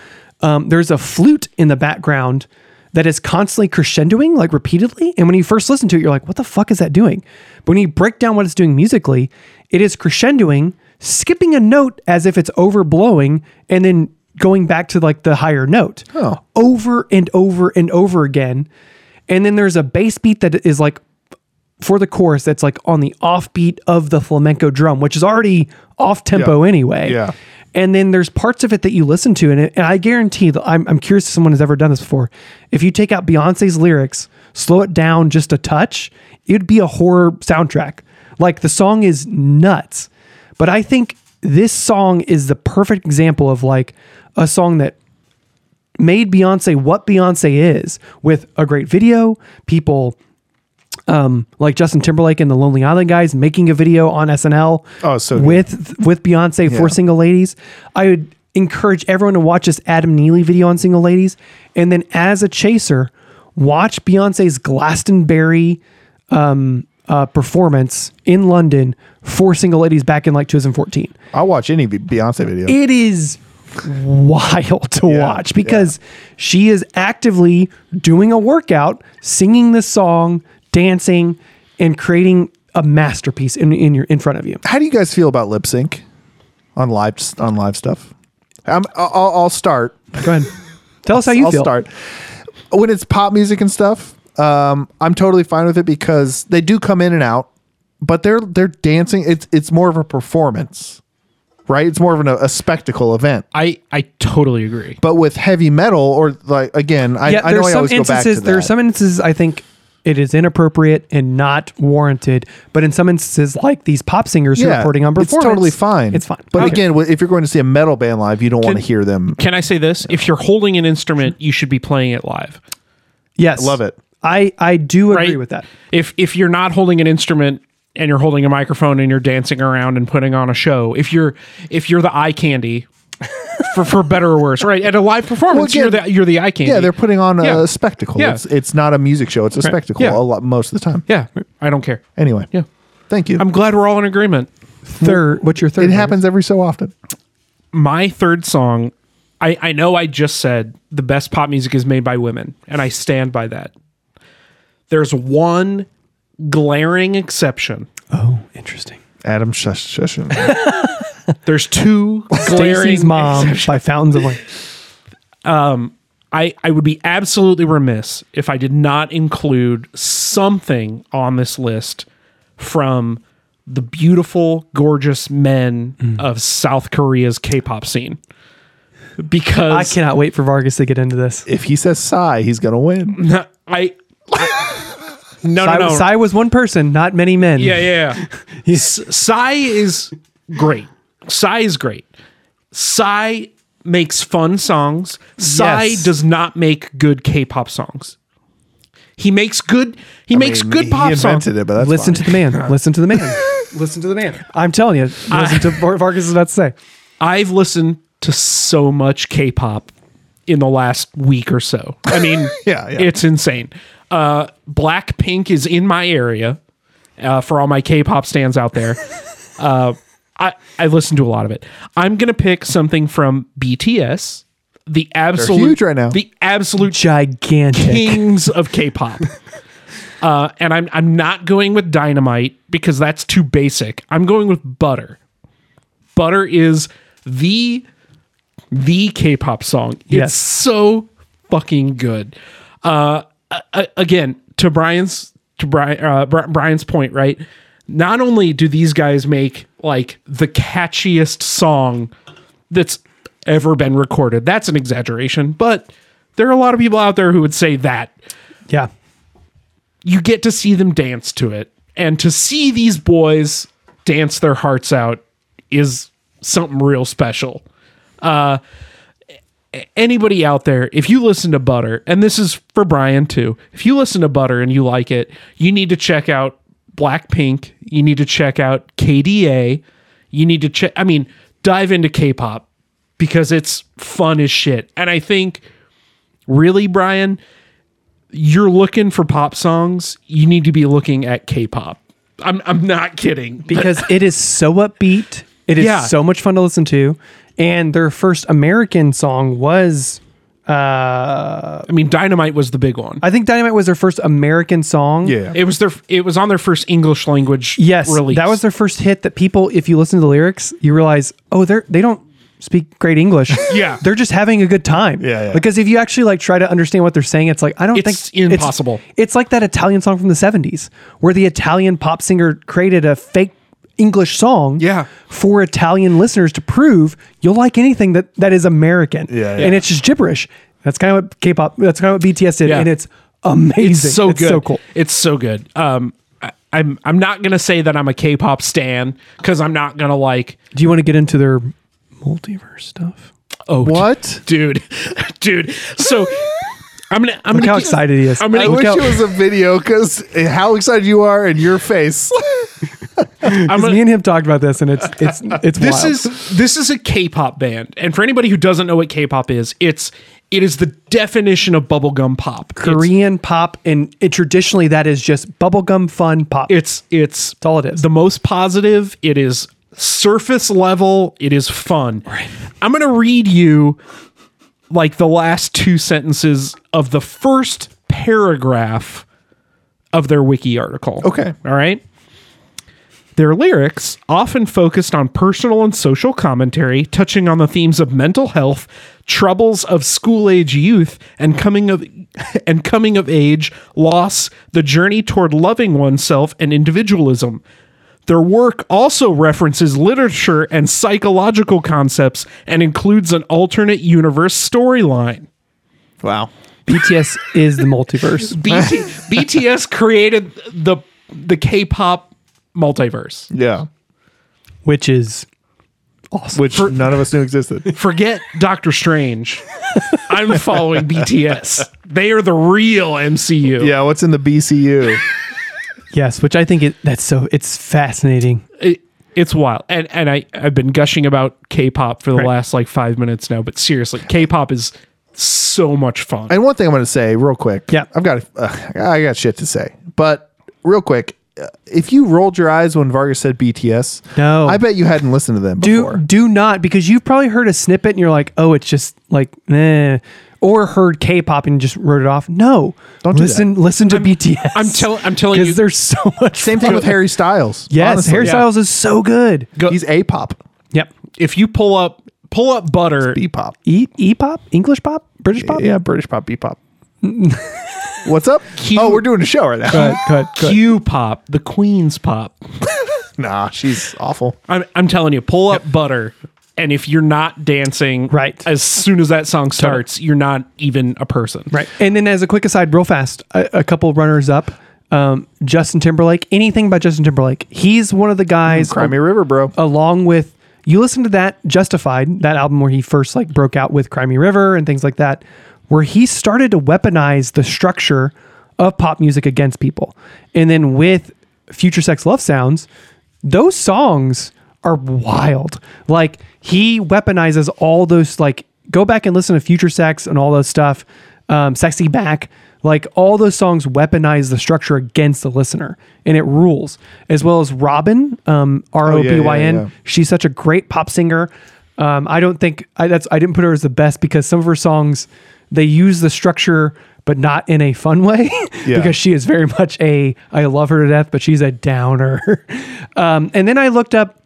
um, there's a flute in the background that is constantly crescendoing, like repeatedly. And when you first listen to it, you're like, what the fuck is that doing? But when you break down what it's doing musically, it is crescendoing, skipping a note as if it's overblowing, and then going back to like the higher note
Oh.
over and over and over again. And then there's a bass beat that is like for the chorus that's like on the offbeat of the flamenco drum, which is already off tempo
Yeah.
anyway.
Yeah.
And then there's parts of it that you listen to, and, it, and I guarantee that I'm, I'm curious if someone has ever done this before. If you take out Beyonce's lyrics, slow it down just a touch, it'd be a horror soundtrack. Like the song is nuts. But I think this song is the perfect example of like a song that made Beyonce what Beyonce is with a great video, people um, like Justin Timberlake and the Lonely Island guys making a video on SNL
Oh, so good.
with with Beyonce for single ladies. I would encourage everyone to watch this Adam Neely video on single ladies, and then as a chaser, watch Beyonce's Glastonbury um, uh, performance in London for single ladies back in like 2014
I'll watch any Be- Beyonce video.
it is wild to
Yeah,
watch because she is actively doing a workout, singing this song, dancing, and creating a masterpiece in, in your in front of you.
How do you guys feel about lip sync on live on live stuff? I'm, I'll, I'll I'll start.
Go ahead. Tell us how you
I'll
feel.
start. When it's pop music and stuff, um, I'm totally fine with it because they do come in and out, but they're they're dancing. It's it's more of a performance, right? It's more of an, a spectacle event.
I I totally agree.
But with heavy metal or like again, I,
Yeah,
I
there
know
are
I
some
always go back to
instances.
that.
There are some instances I think it is inappropriate and not warranted, but in some instances, like these pop singers who are reporting on performance,
It's totally fine.
It's fine.
But
Okay.
again, wh- if you're going to see a metal band live, you don't want to hear them.
Can I say this? If you're holding an instrument, you should be playing it live.
yes,
love it.
I I do agree
Right?
with that.
If if you're not holding an instrument and you're holding a microphone and you're dancing around and putting on a show, if you're if you're the eye candy, for for better or worse, right? At a live performance,
Well, again-
you're the you're the eye candy.
Yeah, they're putting on
Yeah.
a spectacle.
Yeah.
It's it's not a music show. It's a spectacle
Yeah.
a lot most of the time.
yeah. I don't care.
Anyway.
Yeah.
Thank you.
I'm glad we're all in agreement.
Third, what's your third?
it
favorite?
happens every so often.
my third song I, I know i just said the best pop music is made by women and i stand by that there's one glaring exception
Oh, interesting.
Adam Shush Shushin.
there's two glaring
Stacy's mom by Fountains of Wayne.
I, I would be absolutely remiss if i did not include something on this list from the beautiful gorgeous men
Mm.
of south korea's k-pop scene because
I cannot wait for Vargas to get into this.
if he says sigh, he's gonna win.
i no
Psy,
no no
Psy was one person, not many men.
Yeah, yeah, yeah. S- Psy is great. Psy is great. Psy makes fun songs. Psy
Yes.
does not make good K-pop songs. He makes good. He makes
I mean,
good pop
He
songs.
invented it, but that's
Listen
fine.
to the man. Listen to the man. Listen to the man. I'm telling you. Listen to what Vargas is about to say.
I've listened to so much K-pop in the last week or so. I mean,
Yeah, yeah.
it's insane. Uh, Blackpink is in my area uh, for all my K-pop stands out there. uh, I I listen to a lot of it. I'm gonna pick something from BTS, the absolute
huge right now.
the absolute
Gigantic.
kings of K-pop. Uh, and I'm I'm not going with dynamite because that's too basic. I'm going with butter. Butter is the the K-pop song.
Yes.
It's so fucking good. Uh, a- a- again, to Brian's to Brian uh, Bri- Brian's point, right? Not only do these guys make like the catchiest song that's ever been recorded. That's an exaggeration, but there are a lot of people out there who would say that
Yeah.
you get to see them dance to it and to see these boys dance their hearts out is something real special uh a- anybody out there if you listen to butter and this is for brian too if you listen to butter and you like it you need to check out blackpink you need to check out kda you need to check i mean dive into k-pop because it's fun as shit and i think really brian you're looking for pop songs, you need to be looking at K-pop. I'm I'm not kidding.
Because it is so upbeat. It is
Yeah.
so much fun to listen to. And their first American song was Uh,
I mean, Dynamite was the big one.
I think Dynamite was their first American song.
Yeah.
It was their. It was on their first English language.
Yes,
release.
that was their first hit. That people, if you listen to the lyrics, you realize, oh, they're they don't speak great English.
Yeah.
they're just having a good time.
Yeah, yeah.
Because if you actually like try to understand what they're saying, it's like I don't
It's
think
impossible.
It's, it's like that Italian song from the '70s, where the Italian pop singer created a fake English song.
Yeah.
for Italian listeners to prove you'll like anything that that is American.
Yeah, yeah.
and it's just gibberish. That's kind of what K-pop. That's kind of what BTS did,
Yeah.
and it's amazing.
It's so good.
So cool.
It's so good. Um, I, I'm I'm not gonna say that I'm a K-pop stan because I'm not gonna like.
Do you want to get into their multiverse stuff?
Oh,
What?
dude, dude. So I'm gonna. I'm
Look
gonna
how
keep-
excited he is.
I'm gonna-
I
Look
wish
how-
it was a video because how excited you are and your face.
I'm
'Cause
gonna-
me and him talked about this, and it's it's it's
This
wild.
is this is a K-pop band, and for anybody who doesn't know what K-pop is, it's it is the definition of bubblegum pop. It's-
Korean pop, and it, traditionally that is just bubblegum fun pop.
It's it's
That's all it is.
the most positive. It is surface level. It is fun. Right. I'm gonna read you like the last two sentences of the first paragraph of their wiki article.
Okay.
All right. Their lyrics often focused on personal and social commentary, touching on the themes of mental health, troubles of school-age youth, and coming of and coming of age, loss, the journey toward loving oneself and individualism. Their work also references literature and psychological concepts and includes an alternate universe storyline.
wow.
BTS is the multiverse.
BT, BTS created the the K-pop multiverse.
Yeah.
which is
Which none of us knew existed.
Forget Doctor Strange. I'm following BTS. They are the real MCU.
yeah. What's in the BCU?
yes, which I think it, that's so it's fascinating.
It- it's wild. And and I I've been gushing about K-pop for the
Right.
last like 5 minutes now, but seriously, K-pop is so much fun.
And one thing I'm going to say real quick.
Yeah.
I've got uh, I got shit to say, but real quick, uh, if you rolled your eyes when Vargas said BTS,
No.
I bet you hadn't listened to them
Do
before.
do not because you've probably heard a snippet and you're like, oh, it's just like, eh. or heard K-pop and just wrote it off. No,
Don't do
listen. Listen to BTS.
I'm telling I'm telling you
because there's so much.
Same thing with Harry Styles.
Yes,
honestly.
hairstyles is so good.
Go-
He's a pop,
Yep.
if you pull up pull up butter
b pop.
E E pop, English pop, British pop.
Yeah, British pop, b pop. What's up?
Cute.
Oh, we're doing a show right now.
Cut, cut, cut.
Q pop, the Queen's pop.
nah, she's awful.
I'm, I'm telling you, pull up butter. And if you're not dancing
Right.
as soon as that song starts, you're not even a person.
Right. And then, as a quick aside, real fast, a, a couple runners up. Um, Justin Timberlake. Anything by Justin Timberlake? He's one of the guys,
Cry me a river, bro.
along with you listen to that Justified, that album where he first like broke out with Crimey River and things like that, where he started to weaponize the structure of pop music against people. And then with Future Sex Love Sounds, those songs are wild. Like he weaponizes all those like go back and listen to Future Sex and all those stuff, um, Sexy Back. Like all those songs weaponize the structure against the listener, and it rules. As well as Robin, um, R O
yeah,
B Y
yeah, yeah.
N. She's such a great pop singer. Um, I don't think I, that's I didn't put her as the best because some of her songs they use the structure but not in a fun way
Yeah.
because she is very much a I love her to death but she's a downer. um, and then I looked up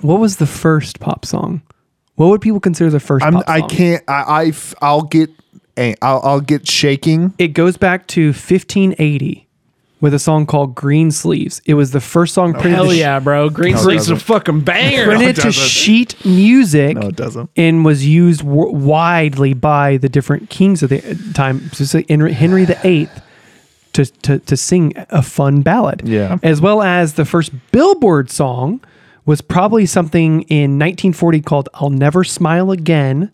what was the first pop song? What would people consider the first?
I'm,
pop song?
I can't. I, I will get. ang- I'll, I'll get shaking.
It goes back to 1580 with a song called Green Sleeves. It was the first song
Oh,
printed
Hell
to sh-
yeah, bro. Green
No, it
Sleeves is a
doesn't.
fucking banger.
printed to
doesn't.
sheet music.
No, it doesn't.
and was used w- widely by the different kings of the uh, time, specifically Henry, Henry the Eighth, to, to to sing a fun ballad.
Yeah.
As well as the first Billboard song was probably something in 1940 called "I'll Never Smile Again"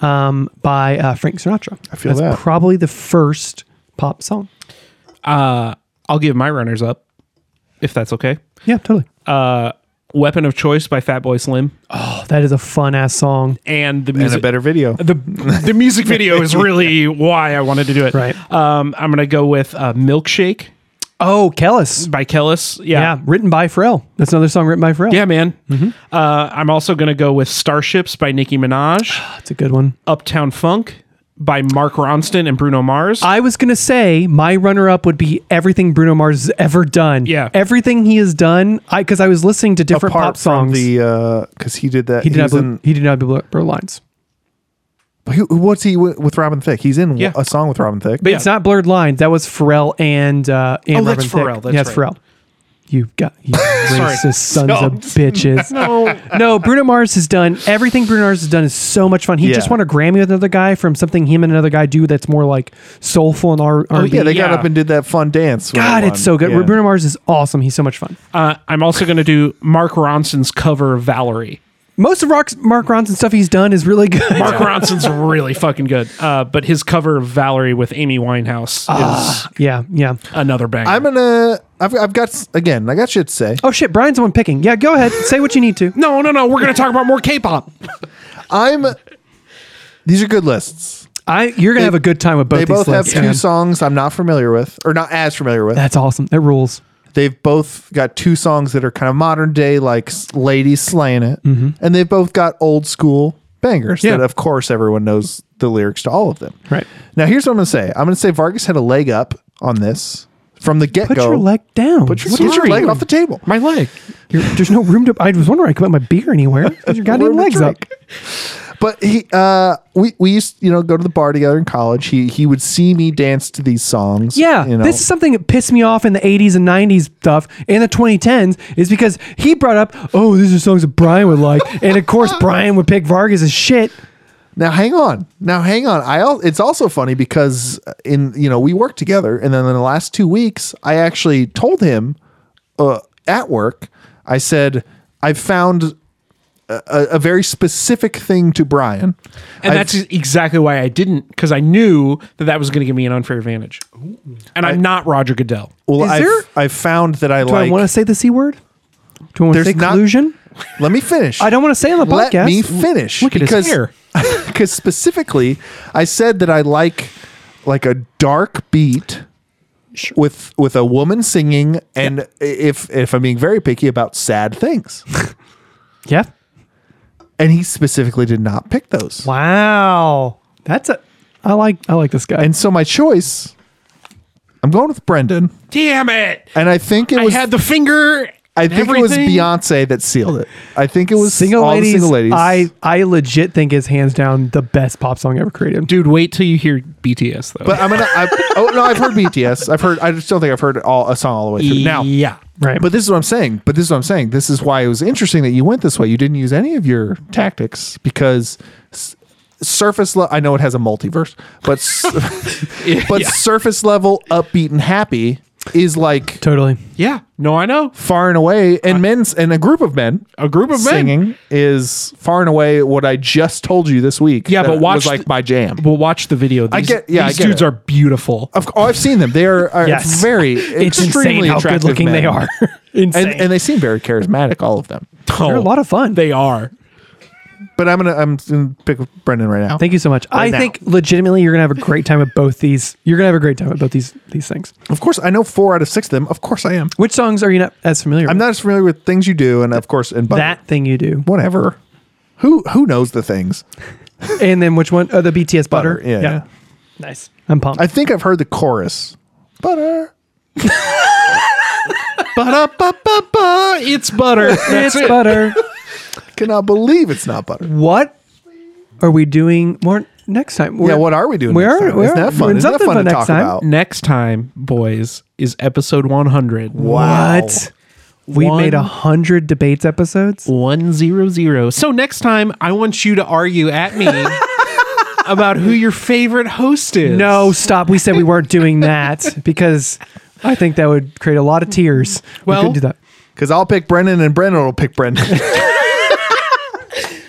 um, by uh, Frank Sinatra. I
feel
That's
that.
probably the first pop song.
I'll give my runners up, if that's okay.
Yeah, totally.
Weapon of Choice by Fatboy Slim.
Oh, that is a fun ass song.
And the
And a
music.
better video.
the, the music video is really why I wanted to do it.
Right.
Um, I'm going to go with uh, Milkshake
Oh, Kellis.
by Kellis.
Yeah, written by Pharrell. That's another song written by Pharrell.
Yeah, man. Uh, I'm also going to go with Starships by Nicki Minaj,
That's a good one.
Uptown Funk, by Mark Ronston and Bruno Mars.
I was gonna say my runner-up would be everything Bruno Mars has ever done.
Yeah.
everything he has done. I because I was listening to different
Apart
pop songs.
from the because he did that.
he did not.
was
Blue,
in-
he did not blue, blue lines.
who- what's he wi- with Robin Thicke? He's in
Yeah.
a song with Robin Thicke.
But it's not blurred lines. That was Pharrell and uh, and
Oh, that's
Robin Thicke.
Pharrell. That's
yeah, it's
right.
Pharrell. You got you racist sons of bitches.
no,
no, Bruno Mars has done everything. Bruno Mars has done is so much fun. He
Yeah.
just won a Grammy with another guy from something him and another guy do that's more like soulful and R and
Oh, yeah, they got
yeah.
up and did that fun dance. when
God,
they
it's
won.
so good.
Yeah.
Bruno Mars is awesome. He's so much fun.
uh, I'm also going to do Mark Ronson's cover of Valerie.
Most of Rock's, Mark Ronson stuff he's done is really good.
Mark Ronson's really fucking good, uh, but his cover of Valerie with Amy Winehouse is
yeah, yeah.
another banger.
Ah. I'm gonna. I've, I've got s- again. I got shit to say.
Oh shit, Brian's the one picking. Yeah, go ahead. Say what you need to.
no, no, no. We're going to talk about more K-pop.
I'm. These are good lists.
I you're gonna have a good time with both.
They both
these
have
lists,
two
man.
songs I'm not familiar with, or not as familiar with.
That's awesome. That rules.
They've both got two songs that are kind of modern day, like s- "Ladies Slaying It,"
Mm-hmm.
and they've both got old school bangers
Yeah.
that, of course, everyone knows the lyrics to all of them.
Right.
Now, here's what I'm gonna say. I'm gonna say Vargas had a leg up on this from the get go.
Put your leg down.
Put your, get your
Sorry.
leg off the table.
My leg.
You're- there's no room to. I was wondering I could put my beer anywhere. Put your goddamn
Room to
legs up.
drink. But he, uh, we we used to, you know go to the bar together in college. He he would see me dance to these songs.
Yeah,
you know.
this is something that pissed me off in the 80s and 90s stuff and the 2010s is because he brought up, oh, these are songs that Brian would like. and of course, Brian would pick Vargas as shit.
now hang on, now hang on. I al- it's also funny because in you know we worked together, and then in the last two weeks, I actually told him uh, at work. I said I found a, a, a very specific thing to Brian,
And
I've-
that's e- exactly why I didn't, because I knew that that was going to give me an unfair advantage. And I, am not Roger Goodell.
Well,
Is
I've,
there-
I've found that I
Do
like.
I want to say the C word? Do I want to
There's
say
not-
collusion?
let me finish.
I don't want to say on the
Let
podcast.
me finish.
Look at his hair.
Because specifically, I said that I like like a dark beat with with a woman singing, and if if I'm being very picky about sad things,
yeah.
and he specifically did not pick those.
Wow. That's a. I like I like this guy.
And so my choice, I'm going with Brendan,
Damn it.
and I think it
I
was
had the finger.
I
and
think it was
everything.
Beyonce that sealed it. I think it was
single,
all the
ladies,
single ladies.
I I legit think is hands down the best pop song ever created.
Dude, wait till you hear BTS, though.
But I'm gonna. I, oh no, I've heard BTS. I've heard. I just don't think I've heard all a song all the way
E
through. Now,
yeah.
Right.
but this is what I'm saying. But this is what I'm saying. This is why it was interesting that you went this way. You didn't use any of your tactics because s- surface. Le- I know it has a multiverse, but s- but surface level upbeat and happy is like
totally.
Yeah. No, I know.
far and away.
Uh,
And men's and a group of men.
A group of men.
Singing is far and away what I just told you this week.
Yeah,
that
but
it
watch
was like
the-
my jam.
Well, watch the video. These,
I get- yeah, I
these
get
dudes
it.
are beautiful.
Of, oh, I've seen them. They are, are
Yes.
very
It's insane
extremely
how
attractive
good looking
men.
they are. insane.
and, and they seem very charismatic, all of them.
They're a lot of fun.
They are.
But I'm gonna I'm gonna pick Brendan right now.
Thank you so much. I
now.
think legitimately you're gonna have a great time with both these. You're gonna have a great time with both these these things.
Of course, I know four out of six of them. Of course, I am.
Which songs are you not as familiar?
I'm
with?
not as familiar with things you do, and of course, and but
that thing you do,
whatever. Who who knows the things?
and then which one? Oh, the BTS Butter.
Butter, yeah, yeah.
nice. I'm pumped.
I think I've heard the chorus. Butter. Ba-da-ba-ba-ba.
It's butter.
it's Butter.
Cannot believe it's not butter.
What are we doing more next time? We're-
Yeah, what are we doing?
We
next
are-
time?
we
Isn't
are
that fun?
doing
Isn't that
something
fun to
for next
talk
time.
about?
Next time, boys, is episode 100.
Wow.
What? We
One-
made a hundred debates episodes.
100. So next time, I want you to argue at me about who your favorite host is.
No, stop. We said we weren't doing that because I think that would create a lot of tears.
Well-
we couldn't do that.
Because I'll pick Brendan, and Brendan will pick Brendan.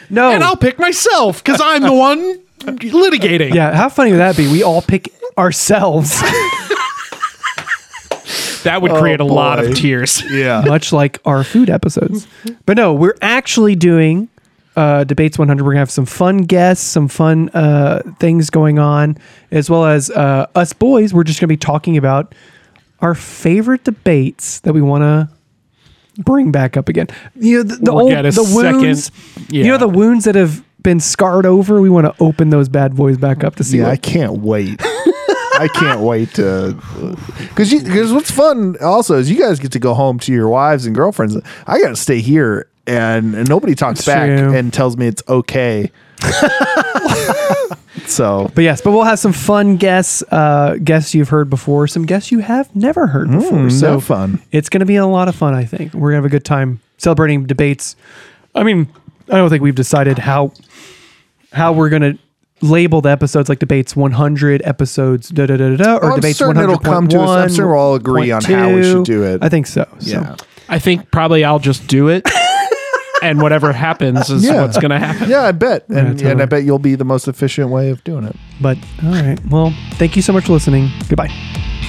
No,
And I'll pick myself because I'm the one litigating.
Yeah, how funny would that be? We all pick ourselves,
That would create a lot
Oh, boy.
of tears.
yeah.
much like our food episodes. But no, we're actually doing uh, Debates 100. We're going to have some fun guests, some fun uh, things going on, as well as uh, us boys. We're just going to be talking about our favorite debates that we want to bring back up again. You know, the, the
Or
old,
get a
the
second-
wounds, you
yeah.
know, the wounds that have been scarred over. We want to open those bad boys back up to see.
Yeah, I
what-
can't wait. I can't wait to, uh, because because what's fun also is you guys get to go home to your wives and girlfriends. I got to stay here, and, and nobody talks
It's
back
true.
and tells me it's okay. so
but yes, but we'll have some fun guests, uh, guests you've heard before, some guests you have never heard before.
mm,
so
so fun.
It's going to be a lot of fun, I think. We're going to have a good time celebrating debates. I mean, I don't think we've decided how how we're going to label the episodes like debates 100 episodes da da da da, da or
Well, I'm
debates
certain
100.
it'll come to us. I'm certain we'll all agree on how we should do it.
I think so. so.
Yeah,
I think probably I'll just do it, and whatever happens is
Yeah.
what's going to happen.
yeah, I bet, and,
totally.
and I bet you'll be the most efficient way of doing it.
But all right. Well, thank you so much for listening. Goodbye.